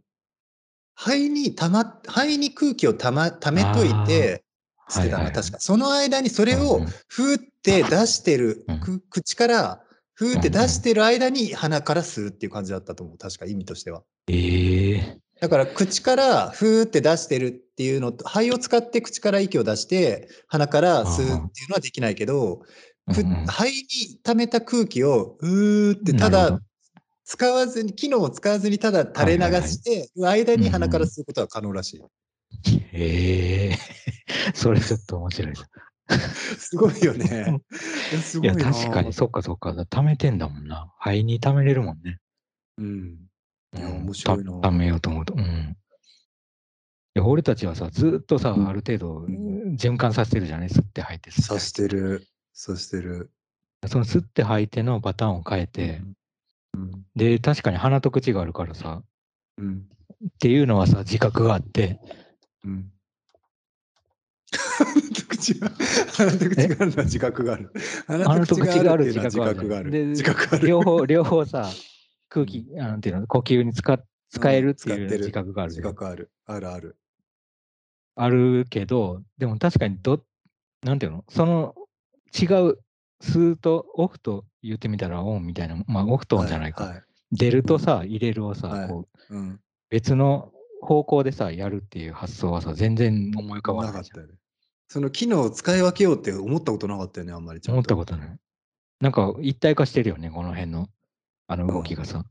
S1: 肺にたま肺に空気をたま溜めといて捨てたな、
S2: はいはいはい
S1: 確かその間にそれ
S2: うん
S1: を
S2: うん
S1: ふーって出してる、
S2: うん
S1: く口からふーって出してる間に鼻から吸うっていう感じだったと思う確か意味としては
S2: ええ
S1: だから口からふーって出してるっていうのと肺を使って口から息を出して鼻から吸うっていうのはできないけど、く
S2: うんうん
S1: 肺に溜めた空気をうーってた
S2: なるほ
S1: だ
S2: ど
S1: 使わずに機能を使わずにただ垂れ流して、間に鼻から吸うことは可能らしい、
S2: ええ <laughs> それちょっと面白いです。
S1: すごいよねいやす
S2: い
S1: ごい
S2: や、
S1: な
S2: 確かに、そっかそっか。貯めてんだもんな。肺に貯めれるもんね。
S1: うんいや
S2: うん
S1: 面白いな
S2: た貯めようと思うと。うん。いや俺たちはさ、ずっとさ、
S1: うん
S2: ある程度循環させてるじゃない吸って吐いて。吸って
S1: さしてるさしてる
S2: その吸って吐いてのパターンを変えて、
S1: うん
S2: で、確かに鼻と口があるからさ、
S1: うん
S2: っていうのはさ、自覚があ
S1: <laughs>
S2: って、
S1: うん鼻と口が鼻と口があるのは自覚がある。
S2: 鼻
S1: 鼻
S2: と口がある
S1: っていう
S2: 自
S1: のは自
S2: 覚がある
S1: 覚がある。
S2: で
S1: 自覚がある。
S2: 両方、両方さ、空気、あなんていうの、呼吸に使っ使えるって
S1: うん
S2: いう
S1: 使ってる
S2: 自覚があるじ
S1: 自
S2: ゃん。
S1: 覚ある。あるある。
S2: あるけど、でも確かにど、なんていうの、その違う、吸うとオフと言ってみたらオンみたいな、まあオフとオンじゃないか。
S1: はいはい
S2: 出るとさ、入れるをさ、
S1: はい
S2: こう
S1: うん。
S2: 別の方向でさ、やるっていう発想はさ、全然思い浮かば
S1: な
S2: な
S1: か
S2: い
S1: っ
S2: じゃ
S1: た
S2: ん
S1: よね。その機能を使い分けようって思ったことなかったよね、あんまりちゃんと。
S2: 思ったことない。なんか一体化してるよね、この辺の、あの動きがさ。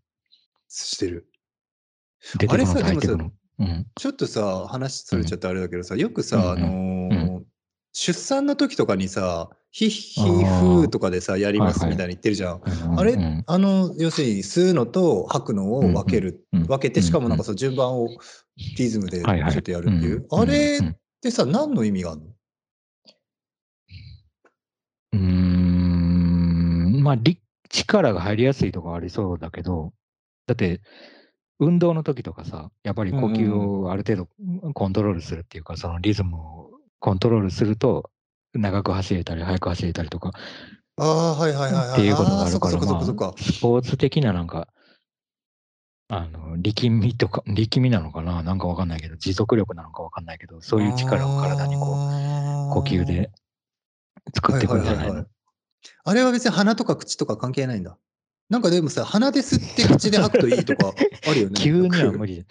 S1: してる。
S2: 出てくの
S1: あれ
S2: と
S1: さ
S2: 入ってく
S1: でも
S2: の。うん。
S1: ちょっとさ、話それちゃってあれだけどさ、よくさ、あ
S2: うん
S1: のー出産の時とかにさ、ひひふーとかでさ、やりますみたいに言ってるじゃん。あれ
S2: うん
S1: あの、要するに吸うのと吐くのを分ける、
S2: うん
S1: 分けて、しかもなんか
S2: う
S1: その順番をリズムでち
S2: はいはい
S1: ょっとやるっていう。
S2: うん
S1: あれ
S2: うん
S1: ってさ、何の意味があるの
S2: うーんまあ、力力が入りやすいとかありそうだけど、だって、運動の時とかさ、やっぱり呼吸をある程度コントロールするっていうか、そのリズムをコントロールすると、長く走れたり、速く走れたりとか、
S1: ああ、はいはいはいはい。
S2: っていうことが
S1: ー
S2: あ
S1: そ
S2: る
S1: っか
S2: から、
S1: そっかそっ
S2: ま
S1: かそっか
S2: あ、。スポーツ的ななんか、あの、力みとか、力みなのかななんかわかんないけど、持続力なのかわかんないけど、そういう力を体にこう、
S1: 呼
S2: 呼吸で作っていくんじゃないの
S1: あれは別に鼻とか口とか関係ないんだ。なんかでもさ、鼻で吸って口で吐くといいとかあるよね。
S2: <laughs> 急には無
S1: 理。
S2: 理。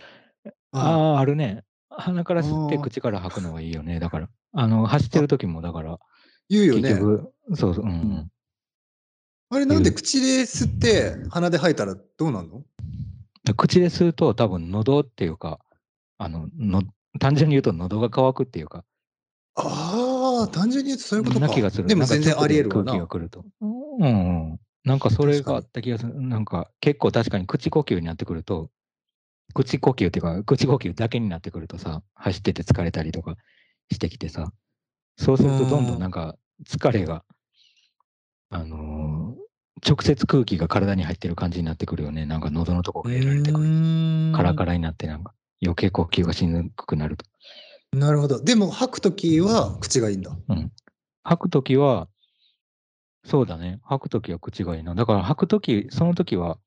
S1: あ
S2: ああ、あるね。鼻から吸って
S1: あー
S2: 口から吐くのはいいよね。だから、あの、走ってる時も、だから、
S1: 言うよ
S2: 結
S1: ね。
S2: 局、そうそう、うん。
S1: あれなんで口で吸って鼻で吐いたらどうなんの
S2: 口で吸うと、多分、喉っていうか、あの、の単純に言うと、喉が渇くっていうか、
S1: ああ、単純に言うとそういうこと
S2: な
S1: か。
S2: 気がする。
S1: でも
S2: なんか
S1: 全然あり得るわ
S2: 直で空気が
S1: な。
S2: 来ると。うん、うん。なんかそれがあった気がする。なんか、結構確かに口呼吸になってくると、口呼吸っていうか、口呼吸だけになってくるとさ、走ってて疲れたりとかしてきてさ、そうするとどんど
S1: うん
S2: んなんか疲れが、あのー直接空気が体に入ってる感じになってくるよね。なんか喉のとこがやられてくる。カラカ
S1: ラ。
S2: ラになって、なんか余計呼吸がしにくくなると。
S1: なるほど。でも吐くときは口がいいんだ。
S2: 吐くときは、そうだね。吐くときは口がいいな。だから吐くとき、そのときは、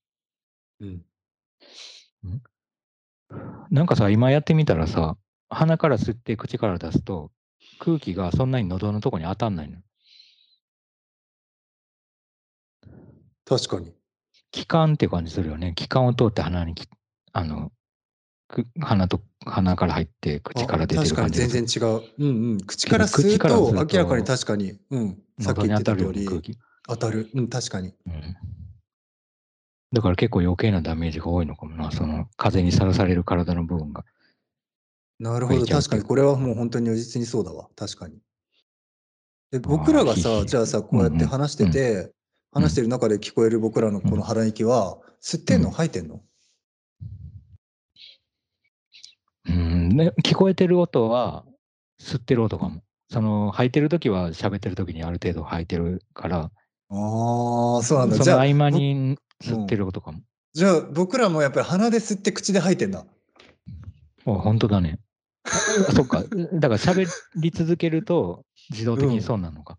S1: うん。
S2: なんかさ、今やってみたらさ、鼻から吸って口から出すと、空気がそんなに喉のとこに当たんないの。
S1: 確かに。
S2: 気管っていう感じするよね。気管を通って鼻にき、あの、く鼻と、鼻から入って口から出てる
S1: あ確か
S2: 感
S1: に
S2: じが
S1: 全
S2: する。
S1: 然違う。うんうん。口から吸う
S2: 口から吸
S1: と
S2: うと
S1: 明らかに確かに。うん。さっき
S2: 喉に
S1: 言って
S2: 当た
S1: た
S2: る
S1: 通
S2: よね、空
S1: り。
S2: 気。
S1: 当たる。うん、確かに。
S2: うん。だから結構余計なダメージが多いのかもな。その、風にさらされる体の部分が。
S1: なるほ
S2: 増
S1: ど、
S2: えちゃう
S1: 確かに。これはもう本当に如実にそうだわ。確かに。で
S2: ー
S1: 僕らが
S2: ひ
S1: さ、
S2: ひ
S1: じゃあさ、こうやって話してて、話してる中で聞こえる僕らのこの腹息は、吸ってんの
S2: うん
S1: 吐いてんの
S2: うん、ね、聞こえてる音は吸ってる音かも。その吐いてる時は喋ってる時にある程度吐いてるから、
S1: ああ、そうな
S2: そ
S1: んだ。
S2: の
S1: じゃ
S2: 合
S1: あ、
S2: 間
S1: ぼ
S2: に吸ってる音かも。
S1: じゃあ僕らもやっぱり鼻で吸って口で吐いてんだ。
S2: あ本当
S1: <laughs>
S2: だね。そっか。だから喋り続けると自動的にそうなのか。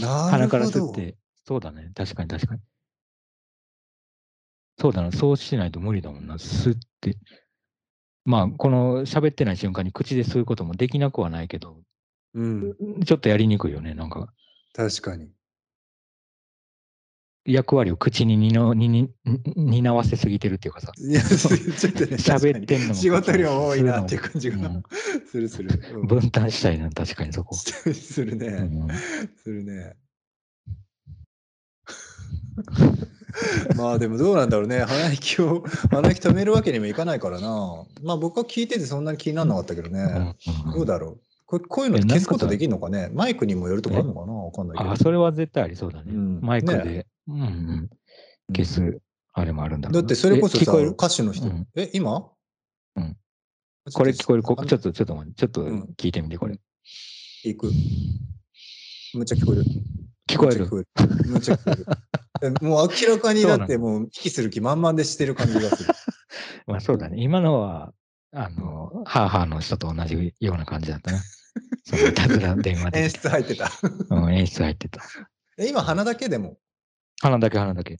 S1: なる
S2: 鼻から
S1: ほ
S2: 吸
S1: ど
S2: っ。て。そうだね。確かに確かに。そうだな。そうしないと無理だもんな。吸って。まあ、この喋ってない瞬間に口で吸うこともできなくはないけど、
S1: うん、
S2: ちょっとやりにくいよね。なんか、
S1: 確
S2: <laughs>
S1: かに。
S2: 役割を口に担うににに担わせすぎてるっていうかさ、
S1: いや、ちょっとね、
S2: 喋って
S1: 確かに
S2: んのも
S1: 仕事量多いなっていう感じ
S2: う
S1: がな、
S2: ん、
S1: するする。うん
S2: 分担したいな、確かにそ
S1: <laughs>
S2: こ。
S1: するね。
S2: うん
S1: するね。
S2: <laughs>
S1: まあでもどうなんだろうね。鼻息を、鼻息止めるわけにもいかないからな。まあ僕は聞いててそんなに気にならなかったけどね。どうだろう。ここういうの消すことできるのかね。マイクにもよるとかあるのかなわかんないけど
S2: あ、。それは絶対ありそうだね。
S1: うん
S2: マイクで、
S1: ね
S2: うんうん、消す、あれもあるんだろ
S1: だ
S2: うな
S1: ってそれこそ
S2: え聞
S1: さ、
S2: こえる
S1: 歌手の人
S2: うん。
S1: え、今
S2: うんこれ聞こえるこちょっ
S1: と。
S2: と、ちょっと待って、ちょっと
S1: うん
S2: 聞いてみて、これ。
S1: 行く。むっちゃ聞こえる。
S2: 聞こえる。
S1: むっちゃ聞こえる。むっちゃ聞こ
S2: <laughs>
S1: える。えもう明らかに
S2: そう
S1: だ
S2: なの
S1: ってもう息する気満々でしてる感じがする。
S2: まあそうだね。今のは、あの、ハーハーの人と同じような感じだったな。そのいたずら電話
S1: 演
S2: で、
S1: 出入ってた。
S2: うん、演出入ってた。
S1: え今鼻だけでも。
S2: 鼻だけ鼻だけ。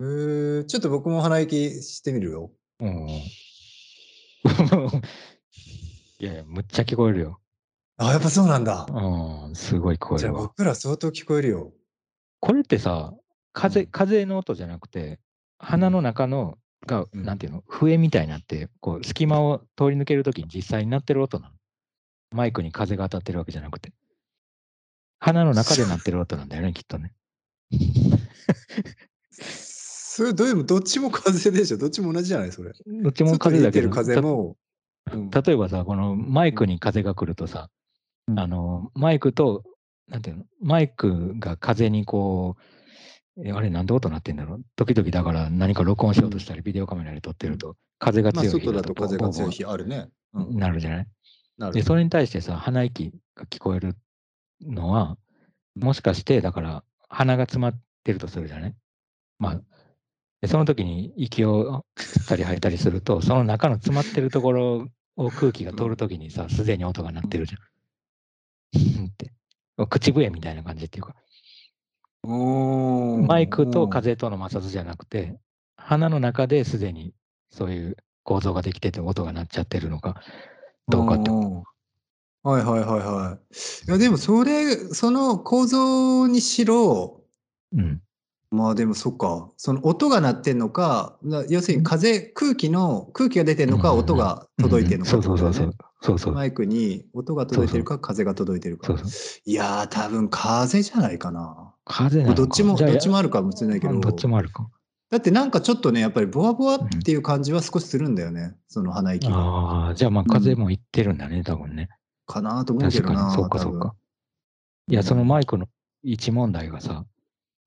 S1: えーちょっと僕も鼻息してみるよ。
S2: うん <laughs> いやいや、むっちゃ聞こえるよ。
S1: あ、やっぱそうなんだ。
S2: うん、すごい聞こえ
S1: じゃあ
S2: るわ。
S1: 僕ら相当聞こえるよ。
S2: これってさ、風、
S1: うん
S2: 風の音じゃなくて、鼻の中の、が、
S1: うん
S2: なんていうの、笛みたいになって、こう、隙間を通り抜けるときに実際になってる音なの。マイクに風が当たってるわけじゃなくて。鼻の中で鳴ってる音なんだよね、きっとね。
S1: それどれもどっちも風でしょどっちも同じじゃないそれ。
S2: どっちも風だけ
S1: 出て
S2: ど、
S1: る風も。うん
S2: た例えばさ、このマイクに風が来るとさ、
S3: うん
S2: あの、マイクと、なんていうの、マイクが風にこう、えあれ、なんで音鳴ってんだろう時々だから何か録音しようとしたり、ビデオカメラで撮ってると、風が
S1: まあ、
S2: 強い日
S1: 外だと
S2: ボン
S1: 風が
S2: ボンボ
S1: 強
S2: ン
S1: い日あるね。うん
S2: なるじゃない
S1: な
S2: で、
S1: る
S2: それに対してさ、鼻息が聞こえるのは、もしかして、だから、鼻が詰まってるとするじゃないまあ、でその時に息を吸ったり吐いたりすると、その中の詰まってるところを空気が通る時にさ、すでに音が鳴ってるじゃん。うんって。口笛みたいな感じっていうか、
S1: おー
S2: マイクと風との摩擦じゃなくて、鼻の中ですでにそういう構造ができてて音が鳴っちゃってるのかどうかってこ
S1: う
S2: と。
S1: んはいはいはいはい。いやでもそれ、その構造にしろ、
S2: うん。
S1: まあでもそっか、その音が鳴ってんのか、な要するに風、空気の、空気が出てんのか、
S2: うん
S1: 音が届いてんのか、
S2: うんそうそうそうそう。そうそう。
S1: マイクに音が届いてるか、風が届いてる
S2: そ
S1: か
S2: う。そう。
S1: いやー、多分風じゃないかな。
S2: 風なのか
S1: どっちも、
S2: じゃあ
S1: どっちもあるかもしれないけ
S2: う
S1: ど。
S2: んどっちもあるか。
S1: だってなんかちょっとね、やっぱりボワボワっていう感じは少しするんだよね。その鼻息が。
S2: ああ、じゃあまあ
S1: うん
S2: 風もいってるんだね、多分ね。
S1: かなと思うけ
S2: 確
S1: ど
S2: か
S1: な。
S2: に、そうか
S1: 多
S2: そ
S1: 分
S2: うか。。いや、そのマイクの位置問題がさ、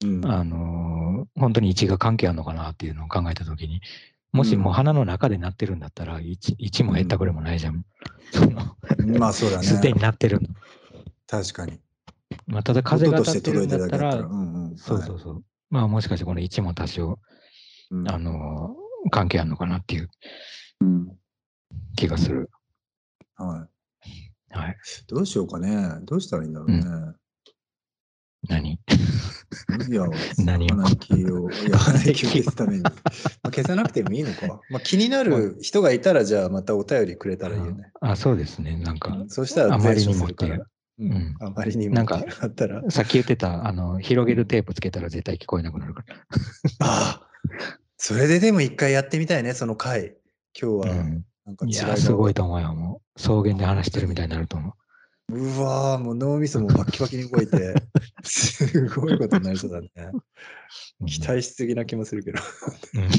S1: うん。
S2: あのー本当に位置が関係あるのかなっていうのを考えたときに、もしもう
S1: うん
S2: 鼻の中で鳴ってるんだったら、位置位置も減ったくれもないじゃん。
S1: まあそうだ
S2: すで、
S1: ね。
S2: に鳴ってるの。
S1: 確かに。
S2: まあ、ただ風
S1: 音
S2: が
S1: と
S2: 当た
S1: し
S2: っててる
S1: 届
S2: ん
S1: いた
S2: だっ
S1: だけ
S2: た
S1: だったら。う、
S2: ら
S1: んうん。
S2: そうそううそう。まあもしかしてこの位置も多少、
S1: ん。
S2: あのー関係あるのかなっていう気がする。
S1: はい。
S2: はい。
S1: どうしようかね。どうしたらいいんだろうね。
S2: 何
S1: いや、
S2: <laughs> 何を
S1: 鼻息
S2: <laughs>
S1: を、いや、鼻息を消すために。まあ消さなくてもいいのか。まあ気になる人がいたら、じゃあまたお便りくれたらいいよね。
S2: あ、そうですね。なんか、
S1: そうしたら
S2: あま
S1: 全
S2: り
S1: 処
S2: に
S1: す
S2: もっ
S1: る
S2: て
S1: から
S2: いう。うん
S1: あまりにも
S2: なん
S1: っ
S2: か
S1: ていうのがあったら。
S2: さっき言ってた、あの、広げるテープつけたら絶対聞こえなくなるから。
S1: ああ、それででも一回やってみたいね、その回。今日
S2: う
S1: は、
S2: ん、
S1: なんか違
S2: い
S1: い
S2: や
S1: が、
S2: ー、すごいと思うよ。もう、草原で話してるみたいになると思
S1: うわーもう脳みそもバッキバキに動い
S2: <laughs>
S1: て、すごいことになりそうだね。
S2: う。
S1: 期待しすぎな気もするけど。 <laughs>
S2: うん。